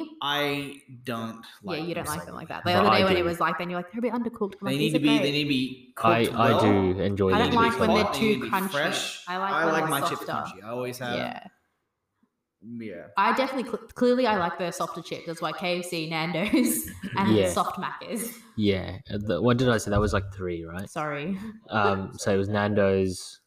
[SPEAKER 4] don't. like
[SPEAKER 2] yeah, you don't like
[SPEAKER 4] soggy.
[SPEAKER 2] them like that. The
[SPEAKER 3] But
[SPEAKER 2] other
[SPEAKER 3] I
[SPEAKER 2] day when
[SPEAKER 3] do.
[SPEAKER 2] it was like, then you're like they're a bit undercooked. I'm
[SPEAKER 4] They
[SPEAKER 2] like,
[SPEAKER 4] need
[SPEAKER 2] "Is
[SPEAKER 4] to
[SPEAKER 2] it
[SPEAKER 4] be.
[SPEAKER 2] great?"
[SPEAKER 4] They need to be.
[SPEAKER 3] I,
[SPEAKER 4] cooked
[SPEAKER 3] I
[SPEAKER 4] well.
[SPEAKER 3] do enjoy.
[SPEAKER 2] I
[SPEAKER 4] They
[SPEAKER 2] don't
[SPEAKER 3] them.
[SPEAKER 4] need to be
[SPEAKER 2] like when they're
[SPEAKER 4] hot, they
[SPEAKER 2] too
[SPEAKER 4] need to be
[SPEAKER 2] crunchy.
[SPEAKER 4] Fresh.
[SPEAKER 2] I like
[SPEAKER 4] I
[SPEAKER 2] when
[SPEAKER 4] like
[SPEAKER 2] they're
[SPEAKER 4] my chips
[SPEAKER 2] softer.
[SPEAKER 4] crunchy. I always have.
[SPEAKER 2] yeah.
[SPEAKER 4] Yeah.
[SPEAKER 2] I definitely cl- clearly I like the softer chip. That's why KFC, Nando's, and
[SPEAKER 3] Yeah.
[SPEAKER 2] soft macas.
[SPEAKER 3] Yeah. uh, the- what did I say? That was like three, right?
[SPEAKER 2] Sorry,
[SPEAKER 3] Um, so it was Nando's,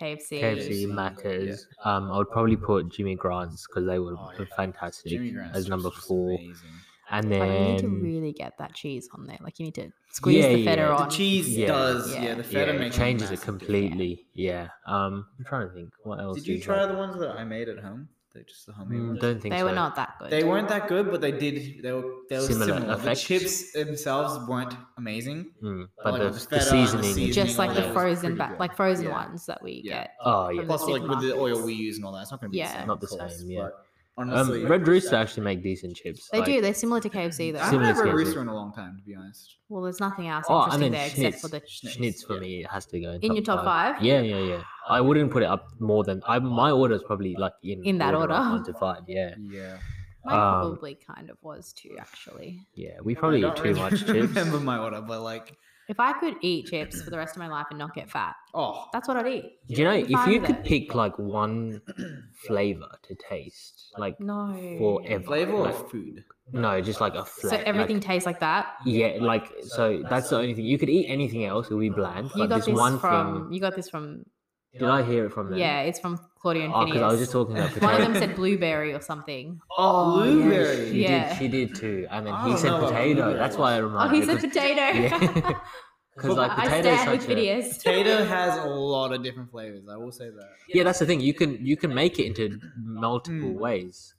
[SPEAKER 2] KFC.
[SPEAKER 3] KFC, Macca's. Um, I would probably put Jimmy Grant's because they were
[SPEAKER 4] Oh, yeah.
[SPEAKER 3] fantastic
[SPEAKER 4] Jimmy Grant's
[SPEAKER 3] as
[SPEAKER 4] chips
[SPEAKER 3] number
[SPEAKER 4] are just
[SPEAKER 3] four,
[SPEAKER 4] amazing.
[SPEAKER 3] and
[SPEAKER 2] I mean, you need to
[SPEAKER 3] then
[SPEAKER 2] really get that cheese on there. Like you need to squeeze
[SPEAKER 3] Yeah,
[SPEAKER 2] the feta
[SPEAKER 3] yeah. The
[SPEAKER 2] on.
[SPEAKER 4] The cheese
[SPEAKER 3] Yeah.
[SPEAKER 4] does.
[SPEAKER 2] Yeah.
[SPEAKER 4] Yeah, the
[SPEAKER 3] yeah,
[SPEAKER 4] feta
[SPEAKER 3] it
[SPEAKER 4] makes
[SPEAKER 3] changes it
[SPEAKER 4] massive difference.
[SPEAKER 3] completely. Yeah. Um, I'm trying to think what else.
[SPEAKER 4] Did you
[SPEAKER 3] is
[SPEAKER 4] try
[SPEAKER 3] like-
[SPEAKER 4] the ones that I made at home? They're just the homemade
[SPEAKER 3] Mm,
[SPEAKER 4] ones.
[SPEAKER 3] don't think
[SPEAKER 2] They
[SPEAKER 3] so.
[SPEAKER 2] were not that good.
[SPEAKER 4] They weren't that good, but they did. They were they were
[SPEAKER 3] Similar
[SPEAKER 4] similar. The
[SPEAKER 3] effect.
[SPEAKER 4] chips themselves weren't amazing.
[SPEAKER 3] Mm, but
[SPEAKER 4] like
[SPEAKER 3] the,
[SPEAKER 4] with the
[SPEAKER 3] the
[SPEAKER 4] feta Oh, and the
[SPEAKER 3] seasoning.
[SPEAKER 4] seasoning.
[SPEAKER 2] just like
[SPEAKER 4] Yeah,
[SPEAKER 2] the
[SPEAKER 4] it was
[SPEAKER 2] frozen
[SPEAKER 4] pretty
[SPEAKER 2] back,
[SPEAKER 4] good.
[SPEAKER 2] like frozen
[SPEAKER 4] Yeah.
[SPEAKER 2] ones that we
[SPEAKER 4] Yeah.
[SPEAKER 2] get.
[SPEAKER 3] Oh
[SPEAKER 2] from
[SPEAKER 3] yeah.
[SPEAKER 2] the
[SPEAKER 4] Plus, like with the oil
[SPEAKER 2] supermarkets.
[SPEAKER 4] we use and all that, it's not going to be
[SPEAKER 2] Yeah.
[SPEAKER 4] the same.
[SPEAKER 3] Not the
[SPEAKER 4] of course,
[SPEAKER 3] same, yeah.
[SPEAKER 4] but Honestly,
[SPEAKER 3] Um, Red Rooster actually make decent chips.
[SPEAKER 2] They
[SPEAKER 3] like-
[SPEAKER 2] do. They're similar to KFC though.
[SPEAKER 4] I haven't
[SPEAKER 3] similar
[SPEAKER 4] had
[SPEAKER 3] to
[SPEAKER 4] a
[SPEAKER 3] KFC.
[SPEAKER 4] rooster in a long time, to be honest.
[SPEAKER 2] Well, there's nothing else
[SPEAKER 3] Oh, and
[SPEAKER 2] interesting
[SPEAKER 3] then
[SPEAKER 2] there except
[SPEAKER 3] Schnitz.
[SPEAKER 2] for the
[SPEAKER 3] Schnitz for me it has to go in,
[SPEAKER 2] In your top five?
[SPEAKER 3] Yeah, yeah, yeah. I wouldn't put it up more than I. My order is probably like in
[SPEAKER 2] In that
[SPEAKER 3] like
[SPEAKER 2] order.
[SPEAKER 3] one to five. Yeah,
[SPEAKER 4] Yeah,
[SPEAKER 2] Mine
[SPEAKER 3] Um,
[SPEAKER 2] probably kind of was too, actually.
[SPEAKER 3] yeah. We probably
[SPEAKER 4] I
[SPEAKER 3] eat
[SPEAKER 4] don't
[SPEAKER 3] too
[SPEAKER 4] really
[SPEAKER 3] much chips.
[SPEAKER 4] Remember my order, but like,
[SPEAKER 2] If I could eat chips for the rest of my life and not get fat,
[SPEAKER 4] oh,
[SPEAKER 2] that's what I'd eat.
[SPEAKER 3] Do you know
[SPEAKER 2] I'm
[SPEAKER 3] if
[SPEAKER 2] fine
[SPEAKER 3] you
[SPEAKER 2] with
[SPEAKER 3] could
[SPEAKER 2] it.
[SPEAKER 3] pick like one flavor to taste, like
[SPEAKER 2] No.
[SPEAKER 3] forever,
[SPEAKER 4] flavor or
[SPEAKER 3] like-
[SPEAKER 4] food?
[SPEAKER 3] no, just like a flavor.
[SPEAKER 2] So everything tastes like that.
[SPEAKER 3] yeah, like so. That's the only thing. You could eat anything else; it would be bland.
[SPEAKER 2] You
[SPEAKER 3] but
[SPEAKER 2] got
[SPEAKER 3] this
[SPEAKER 2] this
[SPEAKER 3] one
[SPEAKER 2] from.
[SPEAKER 3] thing.
[SPEAKER 2] You got this from.
[SPEAKER 3] Did I hear it from them?
[SPEAKER 2] Yeah, it's from Claudia and
[SPEAKER 3] Oh, because
[SPEAKER 2] Phineas.
[SPEAKER 3] I was just talking about
[SPEAKER 2] One
[SPEAKER 3] potato.
[SPEAKER 2] of them said blueberry or something.
[SPEAKER 4] Oh, blueberry.
[SPEAKER 3] She
[SPEAKER 2] Yeah.
[SPEAKER 3] did. She did too. And then
[SPEAKER 4] I
[SPEAKER 3] he
[SPEAKER 4] don't
[SPEAKER 3] said
[SPEAKER 4] know about
[SPEAKER 3] potato.
[SPEAKER 4] blueberry.
[SPEAKER 3] That's why I
[SPEAKER 2] Oh,
[SPEAKER 3] reminded.
[SPEAKER 2] he said potato.
[SPEAKER 3] Yeah. Because like
[SPEAKER 2] I
[SPEAKER 3] potato is
[SPEAKER 2] stand with
[SPEAKER 3] such a,
[SPEAKER 2] Phineas.
[SPEAKER 4] Potato has a lot of different flavors. I will say that.
[SPEAKER 3] yeah. That's the thing. You can you can make it into multiple
[SPEAKER 4] Mm.
[SPEAKER 2] Hmm.
[SPEAKER 3] ways.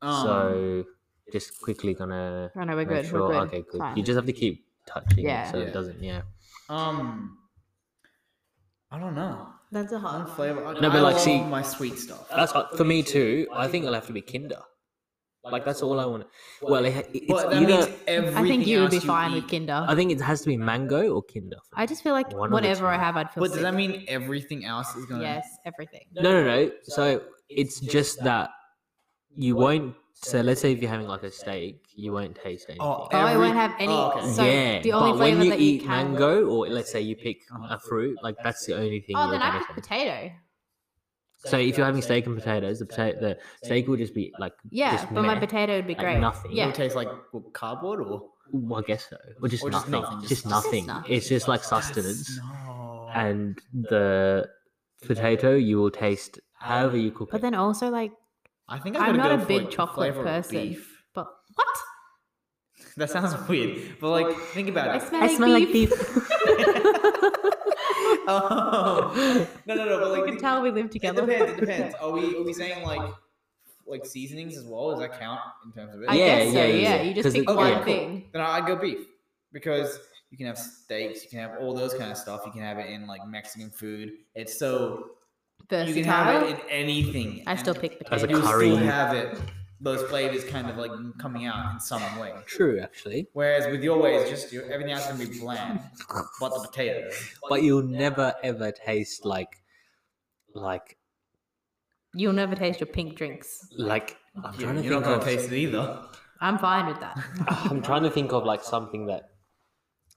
[SPEAKER 4] Um,
[SPEAKER 3] so just quickly gonna
[SPEAKER 2] Oh no, Oh. we're
[SPEAKER 3] make
[SPEAKER 2] good.
[SPEAKER 3] sure.
[SPEAKER 2] We're good.
[SPEAKER 3] Okay, good.
[SPEAKER 2] Fine.
[SPEAKER 3] You just have to keep touching
[SPEAKER 2] Yeah.
[SPEAKER 3] it so
[SPEAKER 4] Yeah.
[SPEAKER 3] it doesn't. Yeah.
[SPEAKER 4] um, I don't know.
[SPEAKER 2] That's a hard
[SPEAKER 4] One
[SPEAKER 2] one.
[SPEAKER 4] flavor. I,
[SPEAKER 3] No, but,
[SPEAKER 4] I
[SPEAKER 3] like,
[SPEAKER 4] love
[SPEAKER 3] see-
[SPEAKER 4] my sweet stuff.
[SPEAKER 3] That's uh, for me too. I think it'll have to be Kinder. Like that's all I want. Well, it, ha- it's
[SPEAKER 4] But that means
[SPEAKER 3] either.
[SPEAKER 4] everything
[SPEAKER 2] I think you would be
[SPEAKER 4] else
[SPEAKER 2] fine
[SPEAKER 4] eat-
[SPEAKER 2] with Kinder.
[SPEAKER 3] I think it has to be mango or Kinder. for
[SPEAKER 2] I
[SPEAKER 3] me.
[SPEAKER 2] just feel like
[SPEAKER 3] One of the
[SPEAKER 2] whatever I
[SPEAKER 3] two.
[SPEAKER 2] have, I'd feel
[SPEAKER 4] But does
[SPEAKER 2] sick.
[SPEAKER 4] that mean everything else is gonna?
[SPEAKER 2] yes, everything.
[SPEAKER 3] No, no, no. So it's just that you won't So let's say if you're having like a steak, you won't taste anything.
[SPEAKER 4] Oh,
[SPEAKER 2] Oh, I
[SPEAKER 4] Every-
[SPEAKER 2] won't have any.
[SPEAKER 4] Oh, okay.
[SPEAKER 2] So
[SPEAKER 3] yeah,
[SPEAKER 2] the only
[SPEAKER 3] but
[SPEAKER 2] flavor
[SPEAKER 3] when you
[SPEAKER 2] that
[SPEAKER 3] eat
[SPEAKER 2] you can.
[SPEAKER 3] mango, or let's say you pick a fruit, like that's the only thing.
[SPEAKER 2] oh,
[SPEAKER 3] you're
[SPEAKER 2] then I
[SPEAKER 3] gonna
[SPEAKER 2] pick
[SPEAKER 3] taste.
[SPEAKER 2] potato.
[SPEAKER 3] So if you're having steak and potatoes, the potato, the steak will just be like
[SPEAKER 2] Yeah,
[SPEAKER 3] just
[SPEAKER 2] but my
[SPEAKER 3] meh.
[SPEAKER 2] potato would be
[SPEAKER 3] like
[SPEAKER 2] great.
[SPEAKER 3] nothing.
[SPEAKER 4] It
[SPEAKER 2] Yeah.
[SPEAKER 4] would taste like what, cardboard or
[SPEAKER 3] Well, I guess so. Or just,
[SPEAKER 4] Or just
[SPEAKER 3] nothing.
[SPEAKER 4] nothing,
[SPEAKER 3] Just,
[SPEAKER 4] just
[SPEAKER 3] nothing.
[SPEAKER 2] nothing.
[SPEAKER 3] It's just like sustenance.
[SPEAKER 4] No.
[SPEAKER 3] And the potato you will taste however you cook
[SPEAKER 2] But
[SPEAKER 3] it.
[SPEAKER 2] then also like,
[SPEAKER 4] I think
[SPEAKER 2] I'm
[SPEAKER 4] I'm
[SPEAKER 2] not
[SPEAKER 4] gonna
[SPEAKER 2] a
[SPEAKER 4] go for,
[SPEAKER 2] big
[SPEAKER 4] like, the
[SPEAKER 2] chocolate
[SPEAKER 4] flavor of
[SPEAKER 2] person.
[SPEAKER 4] Beef.
[SPEAKER 2] but what?
[SPEAKER 4] That sounds weird, but like think
[SPEAKER 2] I
[SPEAKER 4] about it.
[SPEAKER 2] smell, like, beef.
[SPEAKER 4] oh. No, no, no. But
[SPEAKER 2] we
[SPEAKER 4] like,
[SPEAKER 2] can tell we live
[SPEAKER 4] it
[SPEAKER 2] together.
[SPEAKER 4] depends. It depends. Are we are we saying like like seasonings as well? Does that count in terms of it?
[SPEAKER 2] I
[SPEAKER 3] Yeah,
[SPEAKER 2] guess so.
[SPEAKER 3] yeah,
[SPEAKER 2] Yeah,
[SPEAKER 3] yeah, yeah.
[SPEAKER 2] you
[SPEAKER 3] 'Cause
[SPEAKER 2] just pick
[SPEAKER 3] it-
[SPEAKER 2] one
[SPEAKER 3] okay, cool.
[SPEAKER 2] thing.
[SPEAKER 4] Then I'd go beef because you can have steaks, you can have all those kind of stuff. You can have it in like Mexican food. It's so you
[SPEAKER 2] Versatile.
[SPEAKER 4] can have it in anything.
[SPEAKER 2] I still
[SPEAKER 4] and
[SPEAKER 2] pick
[SPEAKER 3] As a
[SPEAKER 2] potato.
[SPEAKER 4] you'll
[SPEAKER 3] curry.
[SPEAKER 4] Still have it. Those flavors kind of like coming out in some way.
[SPEAKER 3] True, actually.
[SPEAKER 4] Whereas with your way, it's just you everything else is gonna be bland, but the potato.
[SPEAKER 3] But you'll never ever taste like, like,
[SPEAKER 2] You'll never taste your pink drinks.
[SPEAKER 3] like. I'm
[SPEAKER 4] You-
[SPEAKER 3] trying to
[SPEAKER 4] you're not
[SPEAKER 3] think
[SPEAKER 4] gonna
[SPEAKER 3] of.
[SPEAKER 4] taste it either.
[SPEAKER 2] I'm fine with that.
[SPEAKER 3] I'm trying to think of like something that.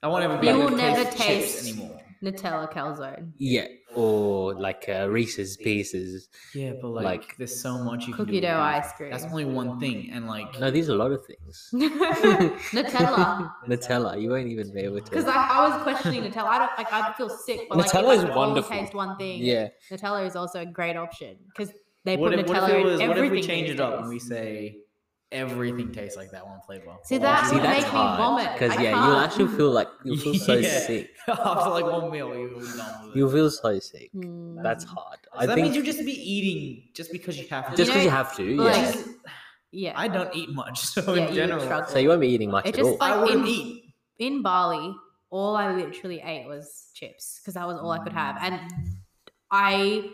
[SPEAKER 4] I won't ever be
[SPEAKER 2] You
[SPEAKER 4] able
[SPEAKER 2] will
[SPEAKER 4] to
[SPEAKER 2] never
[SPEAKER 4] taste, chips
[SPEAKER 2] taste-
[SPEAKER 4] anymore.
[SPEAKER 2] Nutella calzone,
[SPEAKER 3] Yeah, or like uh, Reese's Pieces.
[SPEAKER 4] Yeah, but
[SPEAKER 3] like, Like-
[SPEAKER 4] there's so much you
[SPEAKER 2] cookie dough ice cream,
[SPEAKER 4] That's only one thing, and like
[SPEAKER 3] No, these are a lot of things.
[SPEAKER 2] Nutella.
[SPEAKER 3] Nutella, you won't even be able
[SPEAKER 2] Because
[SPEAKER 3] to.
[SPEAKER 2] like I was questioning Nutella. I don't like I feel sick. But, like, if
[SPEAKER 3] Nutella
[SPEAKER 2] I
[SPEAKER 3] is
[SPEAKER 2] could only
[SPEAKER 3] wonderful.
[SPEAKER 2] Taste one thing.
[SPEAKER 3] Yeah,
[SPEAKER 2] Nutella is also a great option because they
[SPEAKER 4] what
[SPEAKER 2] put
[SPEAKER 4] if, what if
[SPEAKER 2] Nutella
[SPEAKER 4] it was-
[SPEAKER 2] in everything.
[SPEAKER 4] what if we change
[SPEAKER 2] these
[SPEAKER 4] it up and
[SPEAKER 2] days.
[SPEAKER 4] we say everything tastes like that one flavor?
[SPEAKER 2] See,
[SPEAKER 4] Or
[SPEAKER 2] that
[SPEAKER 3] see
[SPEAKER 2] would
[SPEAKER 3] that's
[SPEAKER 2] make me
[SPEAKER 3] hard.
[SPEAKER 2] vomit.
[SPEAKER 3] Because
[SPEAKER 2] I
[SPEAKER 3] yeah, you'll
[SPEAKER 2] can't.
[SPEAKER 3] actually feel like you feel so
[SPEAKER 4] Yeah.
[SPEAKER 3] sick.
[SPEAKER 4] after like one meal, you were done with it.
[SPEAKER 3] You feel so sick.
[SPEAKER 2] Mm.
[SPEAKER 3] That's hard.
[SPEAKER 4] So
[SPEAKER 3] I
[SPEAKER 4] that
[SPEAKER 3] think
[SPEAKER 4] means you just be eating just because you have to.
[SPEAKER 3] just
[SPEAKER 2] You
[SPEAKER 3] because you,
[SPEAKER 2] know,
[SPEAKER 3] have to,
[SPEAKER 2] like-
[SPEAKER 3] yeah.
[SPEAKER 4] Just-
[SPEAKER 2] yeah.
[SPEAKER 4] I don't eat much, so
[SPEAKER 2] Yeah,
[SPEAKER 4] in
[SPEAKER 2] you
[SPEAKER 4] general,
[SPEAKER 2] struggle.
[SPEAKER 3] So you won't be eating much
[SPEAKER 2] It
[SPEAKER 3] at
[SPEAKER 2] just,
[SPEAKER 3] all.
[SPEAKER 2] like,
[SPEAKER 4] I wouldn't
[SPEAKER 2] in-
[SPEAKER 4] eat.
[SPEAKER 2] in Bali, all I literally ate was chips because that was all I could have, and I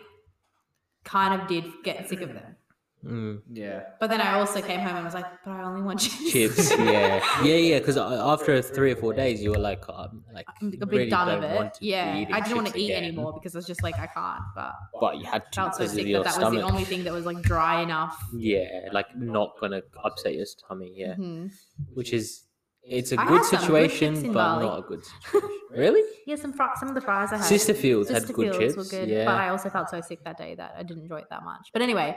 [SPEAKER 2] kind of did get sick of them.
[SPEAKER 3] Mm.
[SPEAKER 4] Yeah,
[SPEAKER 2] But then I also came home and was like, but I only want chips.
[SPEAKER 3] Chips, yeah, yeah, yeah. Because after three or four days, you were like, oh, I'm like
[SPEAKER 2] I'm a bit
[SPEAKER 3] really
[SPEAKER 2] done
[SPEAKER 3] don't
[SPEAKER 2] of it.
[SPEAKER 3] want to be
[SPEAKER 2] Yeah,
[SPEAKER 3] eating
[SPEAKER 2] I didn't want
[SPEAKER 3] chips
[SPEAKER 2] to eat
[SPEAKER 3] again.
[SPEAKER 2] anymore because I was just like, I can't. But
[SPEAKER 3] But you had to
[SPEAKER 2] felt so
[SPEAKER 3] because of
[SPEAKER 2] sick
[SPEAKER 3] your
[SPEAKER 2] that that was
[SPEAKER 3] stomach.
[SPEAKER 2] the only thing that was like dry enough.
[SPEAKER 3] Yeah, like not gonna upset your stomach. Yeah,
[SPEAKER 2] Mhm.
[SPEAKER 3] which is it's a
[SPEAKER 2] I
[SPEAKER 3] good
[SPEAKER 2] had some good
[SPEAKER 3] situation,
[SPEAKER 2] chips in
[SPEAKER 3] but
[SPEAKER 2] Bali.
[SPEAKER 3] not a good situation. really?
[SPEAKER 2] Yeah, some fr- some of the fries I had.
[SPEAKER 3] Sister Fields had
[SPEAKER 2] Sister
[SPEAKER 3] good
[SPEAKER 2] Fields
[SPEAKER 3] chips.
[SPEAKER 2] were good,
[SPEAKER 3] yeah.
[SPEAKER 2] but I also felt so sick that day that I didn't enjoy it that much. But anyway,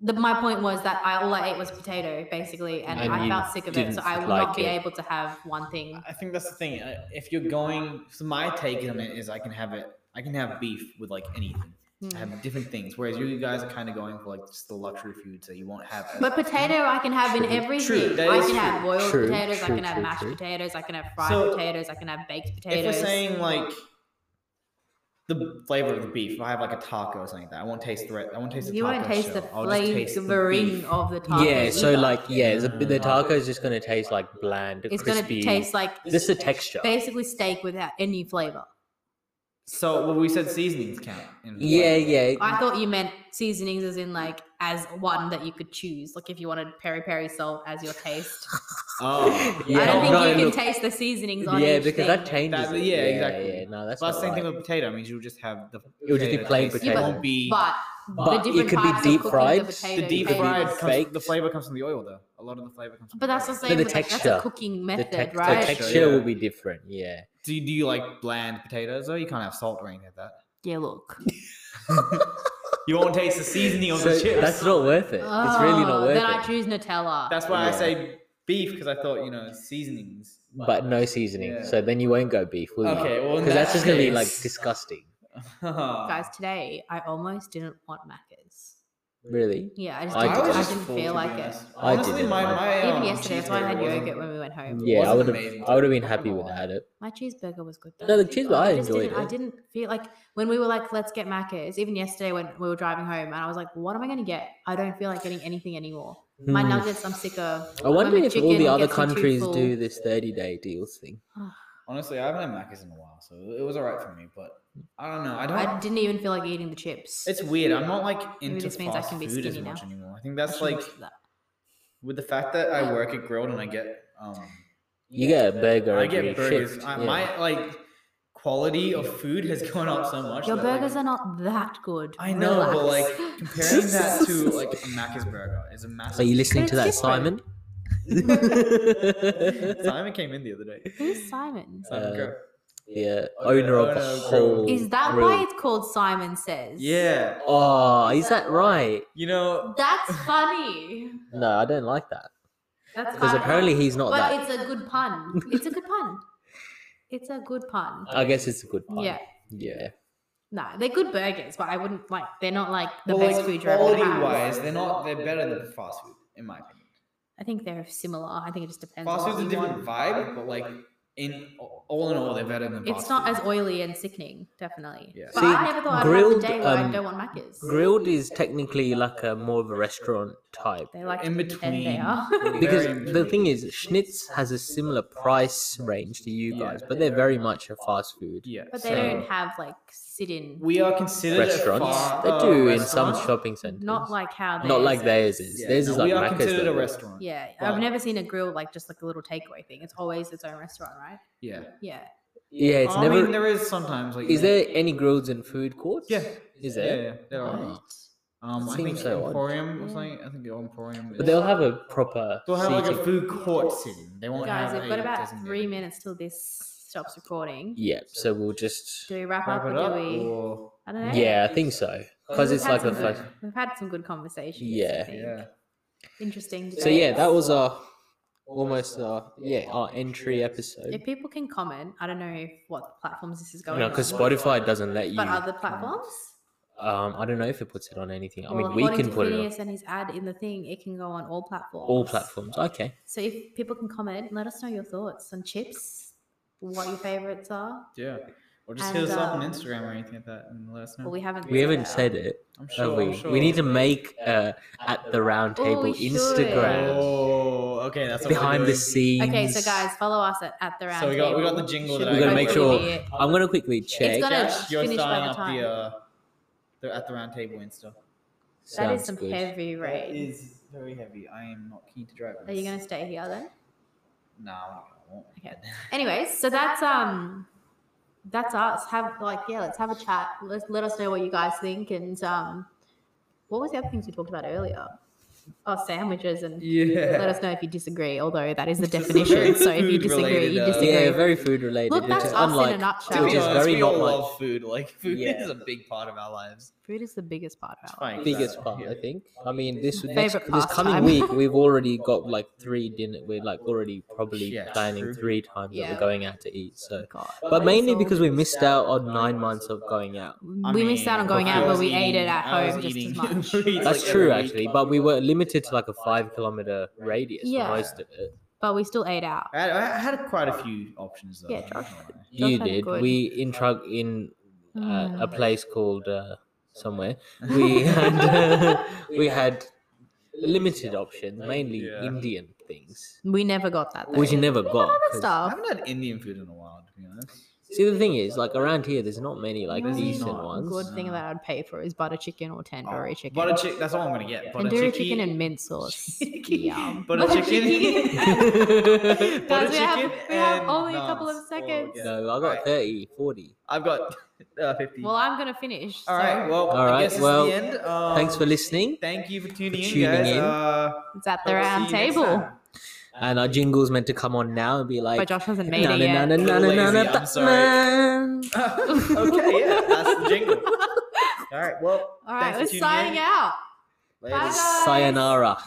[SPEAKER 2] the, my point was that I all I ate was potato basically, and,
[SPEAKER 3] And
[SPEAKER 2] I
[SPEAKER 3] you
[SPEAKER 2] felt sick of it, so
[SPEAKER 3] didn't
[SPEAKER 2] I will
[SPEAKER 3] like
[SPEAKER 2] not be
[SPEAKER 3] it.
[SPEAKER 2] able to have one thing.
[SPEAKER 4] I think that's the thing. I- If you're going, so my take on it is, I can have it. I can have beef with like anything. I
[SPEAKER 2] Mm.
[SPEAKER 4] have different things, whereas you guys are kind of going for like just the luxury foods that you won't have. as-
[SPEAKER 2] But potato, I can have in
[SPEAKER 3] True.
[SPEAKER 2] everything.
[SPEAKER 4] True, that
[SPEAKER 2] I
[SPEAKER 4] is
[SPEAKER 2] can have
[SPEAKER 4] true.
[SPEAKER 2] boiled
[SPEAKER 3] True,
[SPEAKER 2] potatoes. I
[SPEAKER 3] true,
[SPEAKER 2] can have
[SPEAKER 3] true,
[SPEAKER 2] mashed
[SPEAKER 3] true.
[SPEAKER 2] potatoes. I can have fried
[SPEAKER 4] So,
[SPEAKER 2] potatoes. I can have baked
[SPEAKER 4] if we're
[SPEAKER 2] potatoes.
[SPEAKER 4] saying like the flavor of the beef, if I have like a taco or something like that, I won't taste the. re- I won't taste the.
[SPEAKER 2] you
[SPEAKER 4] taco
[SPEAKER 2] won't taste the
[SPEAKER 4] shell. I'll just taste the
[SPEAKER 2] flavoring
[SPEAKER 4] beef.
[SPEAKER 2] of the taco.
[SPEAKER 3] yeah, so
[SPEAKER 2] either.
[SPEAKER 3] like yeah, the, the
[SPEAKER 4] Mm.
[SPEAKER 3] taco is just gonna taste like bland,
[SPEAKER 2] it's gonna
[SPEAKER 3] crispy.
[SPEAKER 2] taste like
[SPEAKER 3] This is the texture.
[SPEAKER 2] basically steak without any flavor.
[SPEAKER 4] So well, we said seasonings count. In
[SPEAKER 3] Yeah, yeah.
[SPEAKER 2] I thought you meant seasonings as in like as one that you could choose. Like if you wanted peri peri salt as your taste.
[SPEAKER 4] Oh,
[SPEAKER 3] Yeah.
[SPEAKER 2] I don't think
[SPEAKER 3] No,
[SPEAKER 2] you can
[SPEAKER 3] look-
[SPEAKER 2] taste the seasonings on
[SPEAKER 3] yeah,
[SPEAKER 2] each
[SPEAKER 3] because
[SPEAKER 2] thing.
[SPEAKER 3] that changes.
[SPEAKER 4] That-
[SPEAKER 3] it.
[SPEAKER 4] yeah, exactly.
[SPEAKER 3] Yeah, no, that's
[SPEAKER 4] Well, that's the
[SPEAKER 3] not
[SPEAKER 4] same
[SPEAKER 3] right.
[SPEAKER 4] thing with potato. I mean, you'll just have the.
[SPEAKER 3] It would just be plain
[SPEAKER 4] taste.
[SPEAKER 2] Yeah,
[SPEAKER 4] It
[SPEAKER 2] but-
[SPEAKER 4] won't be.
[SPEAKER 2] but
[SPEAKER 3] But
[SPEAKER 2] the different
[SPEAKER 3] it could be
[SPEAKER 2] types
[SPEAKER 3] deep
[SPEAKER 2] of cooking
[SPEAKER 3] fried.
[SPEAKER 2] The,
[SPEAKER 4] the
[SPEAKER 2] potato
[SPEAKER 4] deep
[SPEAKER 3] could be
[SPEAKER 4] fried.
[SPEAKER 2] taste.
[SPEAKER 4] Comes,
[SPEAKER 3] baked.
[SPEAKER 4] the flavor comes from the oil, though. A lot of the flavor comes. From
[SPEAKER 2] But that's the
[SPEAKER 4] oil.
[SPEAKER 2] same.
[SPEAKER 3] the
[SPEAKER 2] with, like,
[SPEAKER 3] texture.
[SPEAKER 2] that's a cooking
[SPEAKER 3] The,
[SPEAKER 2] method,
[SPEAKER 3] tex- the
[SPEAKER 2] right?
[SPEAKER 4] text-
[SPEAKER 3] texture
[SPEAKER 4] Yeah.
[SPEAKER 3] will be different. Yeah.
[SPEAKER 4] Do you, do you like bland potatoes though? You can't have salt or anything like that.
[SPEAKER 2] yeah, look.
[SPEAKER 4] You won't taste the seasoning of
[SPEAKER 3] So
[SPEAKER 4] the chips.
[SPEAKER 3] that's not worth it. it's really
[SPEAKER 2] Oh,
[SPEAKER 3] not worth
[SPEAKER 2] Then I
[SPEAKER 3] it.
[SPEAKER 2] choose Nutella.
[SPEAKER 4] That's why I
[SPEAKER 3] Yeah.
[SPEAKER 4] say beef because I thought you know seasonings.
[SPEAKER 3] But no seasoning.
[SPEAKER 4] Yeah.
[SPEAKER 3] So then you won't go beef, will you?
[SPEAKER 4] Okay, well, in
[SPEAKER 3] Because that's
[SPEAKER 4] that
[SPEAKER 3] just gonna be like
[SPEAKER 4] case-
[SPEAKER 3] disgusting.
[SPEAKER 2] Guys, today I almost didn't want macca's.
[SPEAKER 3] Really?
[SPEAKER 2] Yeah, I just
[SPEAKER 3] I
[SPEAKER 2] didn't, I
[SPEAKER 3] was just
[SPEAKER 2] didn't feel like it.
[SPEAKER 3] I
[SPEAKER 4] Honestly,
[SPEAKER 3] didn't.
[SPEAKER 4] my,
[SPEAKER 3] I-
[SPEAKER 4] my um,
[SPEAKER 2] Even yesterday, that's why I had
[SPEAKER 4] cheeseburger wasn't-
[SPEAKER 2] yogurt when we went home.
[SPEAKER 3] Yeah, I
[SPEAKER 4] wasn't
[SPEAKER 3] would have.
[SPEAKER 4] amazing.
[SPEAKER 3] I would have been happy
[SPEAKER 4] Wasn't
[SPEAKER 3] when I had it.
[SPEAKER 2] My cheeseburger was good. Though.
[SPEAKER 3] No, the cheeseburger, I
[SPEAKER 2] just
[SPEAKER 3] enjoyed
[SPEAKER 2] didn't- I
[SPEAKER 3] it.
[SPEAKER 2] didn't feel like when we were like, let's get macca's. Even yesterday when we were driving home, and I was like, what am I going to get? I don't feel like getting anything anymore. My
[SPEAKER 3] Hmm.
[SPEAKER 2] nuggets, I'm sick of.
[SPEAKER 3] I wonder
[SPEAKER 2] my
[SPEAKER 3] if all
[SPEAKER 2] chicken
[SPEAKER 3] the other
[SPEAKER 2] gets me too
[SPEAKER 3] countries
[SPEAKER 2] full.
[SPEAKER 3] do this 30 day deals thing.
[SPEAKER 4] Honestly, I haven't had Macca's in a while, so it was alright for me. But I don't know. I don't.
[SPEAKER 2] I didn't even feel like eating the chips.
[SPEAKER 4] it's weird. I'm not like
[SPEAKER 2] Maybe
[SPEAKER 4] into
[SPEAKER 2] this means I
[SPEAKER 4] fast
[SPEAKER 2] can be
[SPEAKER 4] food as
[SPEAKER 2] skinny now.
[SPEAKER 4] much anymore. I think
[SPEAKER 2] I
[SPEAKER 4] that's
[SPEAKER 2] should
[SPEAKER 4] like
[SPEAKER 2] look at that.
[SPEAKER 4] with the fact that I work at Grilled and I get um,
[SPEAKER 3] You get a burger.
[SPEAKER 4] I
[SPEAKER 3] every
[SPEAKER 4] get burgers.
[SPEAKER 3] shift,
[SPEAKER 4] I,
[SPEAKER 3] yeah.
[SPEAKER 4] My like quality of food has gone up so much.
[SPEAKER 2] Your
[SPEAKER 4] that, like,
[SPEAKER 2] burgers are not that good.
[SPEAKER 4] I know, but
[SPEAKER 2] Relax.
[SPEAKER 4] like comparing that to like a Macca's burger is a massive.
[SPEAKER 3] Are you listening to that,
[SPEAKER 2] It's
[SPEAKER 3] Simon?
[SPEAKER 2] different.
[SPEAKER 4] Simon came in the other day.
[SPEAKER 2] who's Simon?
[SPEAKER 4] Simon
[SPEAKER 3] Uh,
[SPEAKER 4] Kerr.
[SPEAKER 3] Yeah,
[SPEAKER 4] Okay,
[SPEAKER 3] owner of the
[SPEAKER 4] owner of
[SPEAKER 3] whole.
[SPEAKER 4] Grove.
[SPEAKER 2] Is that
[SPEAKER 3] crew.
[SPEAKER 2] why it's called Simon Says?
[SPEAKER 4] Yeah,
[SPEAKER 3] Oh, is that right?
[SPEAKER 4] you know,
[SPEAKER 2] That's funny.
[SPEAKER 3] No, I don't like that
[SPEAKER 2] That's
[SPEAKER 3] because
[SPEAKER 2] kinda-
[SPEAKER 3] apparently he's not
[SPEAKER 2] but it's
[SPEAKER 3] that.
[SPEAKER 2] a good pun. It's a good pun. It's a good pun.
[SPEAKER 3] I guess it's a good part.
[SPEAKER 2] Yeah.
[SPEAKER 3] yeah.
[SPEAKER 2] No, they're good burgers, but I wouldn't like. They're not like the
[SPEAKER 4] well,
[SPEAKER 2] best
[SPEAKER 4] like,
[SPEAKER 2] food you're ever
[SPEAKER 4] quality
[SPEAKER 2] had.
[SPEAKER 4] wise, they're not. They're better than fast food, in my opinion.
[SPEAKER 2] I think they're similar. I think it just depends.
[SPEAKER 4] Fast
[SPEAKER 2] on what
[SPEAKER 4] food's a
[SPEAKER 2] you
[SPEAKER 4] different
[SPEAKER 2] want.
[SPEAKER 4] vibe, but like in all in all, they're better than.
[SPEAKER 2] It's
[SPEAKER 4] fast
[SPEAKER 2] not
[SPEAKER 4] food.
[SPEAKER 2] as oily and sickening, definitely.
[SPEAKER 4] Yeah.
[SPEAKER 2] But
[SPEAKER 3] See,
[SPEAKER 2] I never thought
[SPEAKER 3] grilled,
[SPEAKER 2] I'd have a day where I
[SPEAKER 3] um,
[SPEAKER 2] don't want macca's.
[SPEAKER 3] Grilled is technically like a more of a restaurant type
[SPEAKER 2] They like
[SPEAKER 4] in
[SPEAKER 2] to pretend
[SPEAKER 4] between.
[SPEAKER 2] They are.
[SPEAKER 3] because
[SPEAKER 4] Very
[SPEAKER 3] the thing is, Schnitz has a similar price range to you
[SPEAKER 4] Yeah.
[SPEAKER 3] guys, but they're very much a fast food.
[SPEAKER 4] Yeah,
[SPEAKER 2] but they
[SPEAKER 3] So-
[SPEAKER 2] don't have like sit-in.
[SPEAKER 4] we are considered a
[SPEAKER 3] Restaurants
[SPEAKER 4] fa-
[SPEAKER 3] they
[SPEAKER 4] a
[SPEAKER 3] do in some
[SPEAKER 4] restaurant.
[SPEAKER 3] shopping centers,
[SPEAKER 2] not like how they
[SPEAKER 3] Not like theirs is.
[SPEAKER 4] Yeah,
[SPEAKER 3] theirs
[SPEAKER 4] no,
[SPEAKER 3] is like
[SPEAKER 4] we are
[SPEAKER 3] Macca's
[SPEAKER 4] considered a
[SPEAKER 3] burger.
[SPEAKER 4] restaurant.
[SPEAKER 2] Yeah,
[SPEAKER 4] But-
[SPEAKER 2] I've never seen a grill like just like a little takeaway thing. It's always its own restaurant, right?
[SPEAKER 4] Yeah.
[SPEAKER 2] Yeah.
[SPEAKER 3] Yeah, it's
[SPEAKER 4] I
[SPEAKER 3] never.
[SPEAKER 4] mean, there is sometimes like.
[SPEAKER 3] Is there any grills in food courts?
[SPEAKER 4] Yeah.
[SPEAKER 3] is
[SPEAKER 4] Yeah, yeah,
[SPEAKER 3] there?
[SPEAKER 4] there are.
[SPEAKER 3] Oh.
[SPEAKER 4] Um, I
[SPEAKER 3] Seems
[SPEAKER 4] think
[SPEAKER 3] so odd.
[SPEAKER 4] Emporium or
[SPEAKER 2] Yeah.
[SPEAKER 4] something. I think the Emporium.
[SPEAKER 3] But
[SPEAKER 4] is-
[SPEAKER 3] they'll have a proper
[SPEAKER 4] They'll have like a
[SPEAKER 3] seating.
[SPEAKER 4] food court sitting. They won't
[SPEAKER 2] Guys,
[SPEAKER 4] have
[SPEAKER 2] we've got
[SPEAKER 4] a
[SPEAKER 2] about
[SPEAKER 4] designated-
[SPEAKER 2] three minutes till this stops recording.
[SPEAKER 3] Yeah, so we'll just.
[SPEAKER 2] Do we wrap,
[SPEAKER 4] Wrap
[SPEAKER 2] up,
[SPEAKER 4] it
[SPEAKER 2] or
[SPEAKER 4] up,
[SPEAKER 2] do we?
[SPEAKER 4] or
[SPEAKER 2] I don't know.
[SPEAKER 3] Yeah, I think so. Because
[SPEAKER 2] We've
[SPEAKER 3] it's
[SPEAKER 2] had
[SPEAKER 3] like a
[SPEAKER 2] some
[SPEAKER 3] first.
[SPEAKER 2] good- We've had some good conversations.
[SPEAKER 3] Yeah.
[SPEAKER 2] I think.
[SPEAKER 4] yeah,
[SPEAKER 2] Interesting.
[SPEAKER 3] So
[SPEAKER 2] debates.
[SPEAKER 3] yeah, that was our almost our yeah our entry episode.
[SPEAKER 2] If people can comment, I don't know if what platforms this is
[SPEAKER 3] You
[SPEAKER 2] going on.
[SPEAKER 3] because Spotify doesn't let you.
[SPEAKER 2] But other platforms?
[SPEAKER 3] Um, I don't know if it puts it on anything. I mean,
[SPEAKER 2] Well,
[SPEAKER 3] we
[SPEAKER 2] according
[SPEAKER 3] can
[SPEAKER 2] to
[SPEAKER 3] put it on
[SPEAKER 2] Phineas and his ad in the thing, it can go on all platforms.
[SPEAKER 3] all platforms. Okay.
[SPEAKER 2] So if people can comment, let us know your thoughts on chips, what your favorites are.
[SPEAKER 4] yeah. Or just
[SPEAKER 2] And,
[SPEAKER 4] hit us up on
[SPEAKER 2] um,
[SPEAKER 4] Instagram or anything like that, and let us know.
[SPEAKER 2] Well, we haven't.
[SPEAKER 3] We
[SPEAKER 2] said
[SPEAKER 3] haven't
[SPEAKER 2] it out.
[SPEAKER 3] said it,
[SPEAKER 4] I'm
[SPEAKER 3] have
[SPEAKER 4] sure,
[SPEAKER 3] we?
[SPEAKER 4] I'm sure.
[SPEAKER 3] We need to make uh, at the round
[SPEAKER 2] Oh,
[SPEAKER 3] table
[SPEAKER 2] we should.
[SPEAKER 3] Instagram
[SPEAKER 4] Oh, okay. That's what we're
[SPEAKER 3] behind the
[SPEAKER 4] doing.
[SPEAKER 3] scenes.
[SPEAKER 2] Okay, so guys, follow us at, at the round.
[SPEAKER 4] So we got- we got
[SPEAKER 2] Table.
[SPEAKER 4] the jingle that
[SPEAKER 2] Should
[SPEAKER 3] I- We're gonna make
[SPEAKER 2] hopefully
[SPEAKER 3] sure-
[SPEAKER 2] be it.
[SPEAKER 3] I'm gonna quickly check.
[SPEAKER 2] It's gonna
[SPEAKER 4] Josh, you're
[SPEAKER 2] finish by
[SPEAKER 4] starting
[SPEAKER 2] the
[SPEAKER 4] up
[SPEAKER 2] time.
[SPEAKER 4] the, uh, the at the round table Insta.
[SPEAKER 2] That is
[SPEAKER 3] Sounds
[SPEAKER 2] some
[SPEAKER 3] good.
[SPEAKER 2] heavy
[SPEAKER 4] That
[SPEAKER 2] rain.
[SPEAKER 4] is very heavy. I am not keen to drive. on
[SPEAKER 2] Are you
[SPEAKER 4] this.
[SPEAKER 2] gonna stay here then?
[SPEAKER 4] No, I'm not gonna. walk.
[SPEAKER 2] Okay. Anyways, so that's um, that's us. Have like yeah, let's have a chat. Let let us know what you guys think and um, what was the other things we talked about earlier? Oh, sandwiches and
[SPEAKER 4] Yeah.
[SPEAKER 2] let us know if you disagree. Although that is the definition, so if you
[SPEAKER 4] Food
[SPEAKER 2] disagree,
[SPEAKER 4] related,
[SPEAKER 2] you
[SPEAKER 4] uh,
[SPEAKER 2] disagree.
[SPEAKER 3] Yeah, very food related,
[SPEAKER 2] Look,
[SPEAKER 3] which
[SPEAKER 2] that's
[SPEAKER 3] is
[SPEAKER 2] us in a
[SPEAKER 3] unlike,
[SPEAKER 2] nutshell.
[SPEAKER 4] To
[SPEAKER 3] which
[SPEAKER 4] be
[SPEAKER 3] is
[SPEAKER 4] honest,
[SPEAKER 3] very
[SPEAKER 4] we
[SPEAKER 3] not
[SPEAKER 4] all
[SPEAKER 3] my
[SPEAKER 4] love food. Like food
[SPEAKER 3] Yeah.
[SPEAKER 4] is a big part of our lives.
[SPEAKER 2] Food is the biggest part of
[SPEAKER 4] It's
[SPEAKER 2] our life.
[SPEAKER 4] fine,
[SPEAKER 3] biggest
[SPEAKER 4] exactly.
[SPEAKER 3] part.
[SPEAKER 4] Yeah.
[SPEAKER 3] I think. I mean, this
[SPEAKER 2] My
[SPEAKER 3] next,
[SPEAKER 2] favourite
[SPEAKER 3] this coming
[SPEAKER 2] pastime.
[SPEAKER 3] week, we've already got like three dinner. We're like already probably
[SPEAKER 4] Yeah,
[SPEAKER 3] planning
[SPEAKER 4] true.
[SPEAKER 3] three times that
[SPEAKER 2] Yeah.
[SPEAKER 3] we're going out to eat. So,
[SPEAKER 2] God.
[SPEAKER 3] but mainly because we missed out on nine months of going out.
[SPEAKER 4] I
[SPEAKER 2] we missed out on
[SPEAKER 4] mean,
[SPEAKER 2] going
[SPEAKER 4] I
[SPEAKER 2] out, but
[SPEAKER 4] was
[SPEAKER 2] we ate it
[SPEAKER 4] eating-
[SPEAKER 2] at
[SPEAKER 4] I was
[SPEAKER 2] home just as
[SPEAKER 4] eating
[SPEAKER 2] much.
[SPEAKER 4] food,
[SPEAKER 3] That's
[SPEAKER 4] like,
[SPEAKER 3] true,
[SPEAKER 4] every
[SPEAKER 3] actually.
[SPEAKER 4] week.
[SPEAKER 3] But we were limited to like a five kilometer radius
[SPEAKER 2] Yeah.
[SPEAKER 3] for most of it.
[SPEAKER 2] But we still ate out.
[SPEAKER 4] I had, I had quite a few options though.
[SPEAKER 2] Yeah,
[SPEAKER 4] I'm not
[SPEAKER 2] Josh.
[SPEAKER 4] gonna lie.
[SPEAKER 3] You
[SPEAKER 2] kinda
[SPEAKER 3] did.
[SPEAKER 2] good.
[SPEAKER 3] We in truck in uh, a
[SPEAKER 2] Mm.
[SPEAKER 3] place called uh, somewhere. We had uh, we had limited options, mainly
[SPEAKER 4] Yeah.
[SPEAKER 3] Indian things,
[SPEAKER 2] We never got that. Though.
[SPEAKER 3] which you never got.
[SPEAKER 2] Other
[SPEAKER 3] 'cause-
[SPEAKER 4] I
[SPEAKER 2] stuff.
[SPEAKER 4] haven't had Indian food in a while, to be honest.
[SPEAKER 3] See, the thing is, like around here, there's not many like
[SPEAKER 2] There's
[SPEAKER 3] decent
[SPEAKER 4] not
[SPEAKER 3] ones.
[SPEAKER 2] Good thing
[SPEAKER 4] No.
[SPEAKER 2] that I'd pay for is butter chicken or tandoori
[SPEAKER 4] Oh,
[SPEAKER 2] chicken.
[SPEAKER 4] Butter chicken. That's all I'm gonna get. Butter chicken-
[SPEAKER 2] tandoori chicken and mint sauce. Yum.
[SPEAKER 4] Butter chicken. Butter
[SPEAKER 2] Guys, we have,
[SPEAKER 4] chicken
[SPEAKER 2] we have
[SPEAKER 4] and
[SPEAKER 2] only a couple of
[SPEAKER 4] naans. Oh,
[SPEAKER 2] seconds.
[SPEAKER 4] yeah.
[SPEAKER 3] no, I got 30, 40.
[SPEAKER 4] I've got uh, 50.
[SPEAKER 2] Well, I'm gonna finish.
[SPEAKER 4] all right.
[SPEAKER 2] so
[SPEAKER 4] Well,
[SPEAKER 3] All right,
[SPEAKER 4] I guess it's
[SPEAKER 3] well,
[SPEAKER 4] the end. Um,
[SPEAKER 3] Thanks for listening.
[SPEAKER 4] Thank you for tuning in,
[SPEAKER 3] tuning
[SPEAKER 4] guys.
[SPEAKER 3] in.
[SPEAKER 4] Uh,
[SPEAKER 2] it's at
[SPEAKER 4] hope
[SPEAKER 2] the
[SPEAKER 4] to see
[SPEAKER 2] round
[SPEAKER 4] you next
[SPEAKER 2] table.
[SPEAKER 4] time.
[SPEAKER 3] And our jingle's meant to come on now and be
[SPEAKER 2] But
[SPEAKER 3] like,
[SPEAKER 2] Josh hasn't made
[SPEAKER 3] na
[SPEAKER 2] it
[SPEAKER 3] na
[SPEAKER 2] yet.
[SPEAKER 3] na na na na
[SPEAKER 4] Lazy,
[SPEAKER 3] na
[SPEAKER 4] I'm sorry.
[SPEAKER 3] man.
[SPEAKER 4] okay, yeah, that's the jingle. All right, well,
[SPEAKER 2] All
[SPEAKER 4] Thanks
[SPEAKER 2] right,
[SPEAKER 4] for
[SPEAKER 2] we're
[SPEAKER 4] tuning in.
[SPEAKER 2] signing out.
[SPEAKER 4] later.
[SPEAKER 2] guys.
[SPEAKER 3] Sayonara.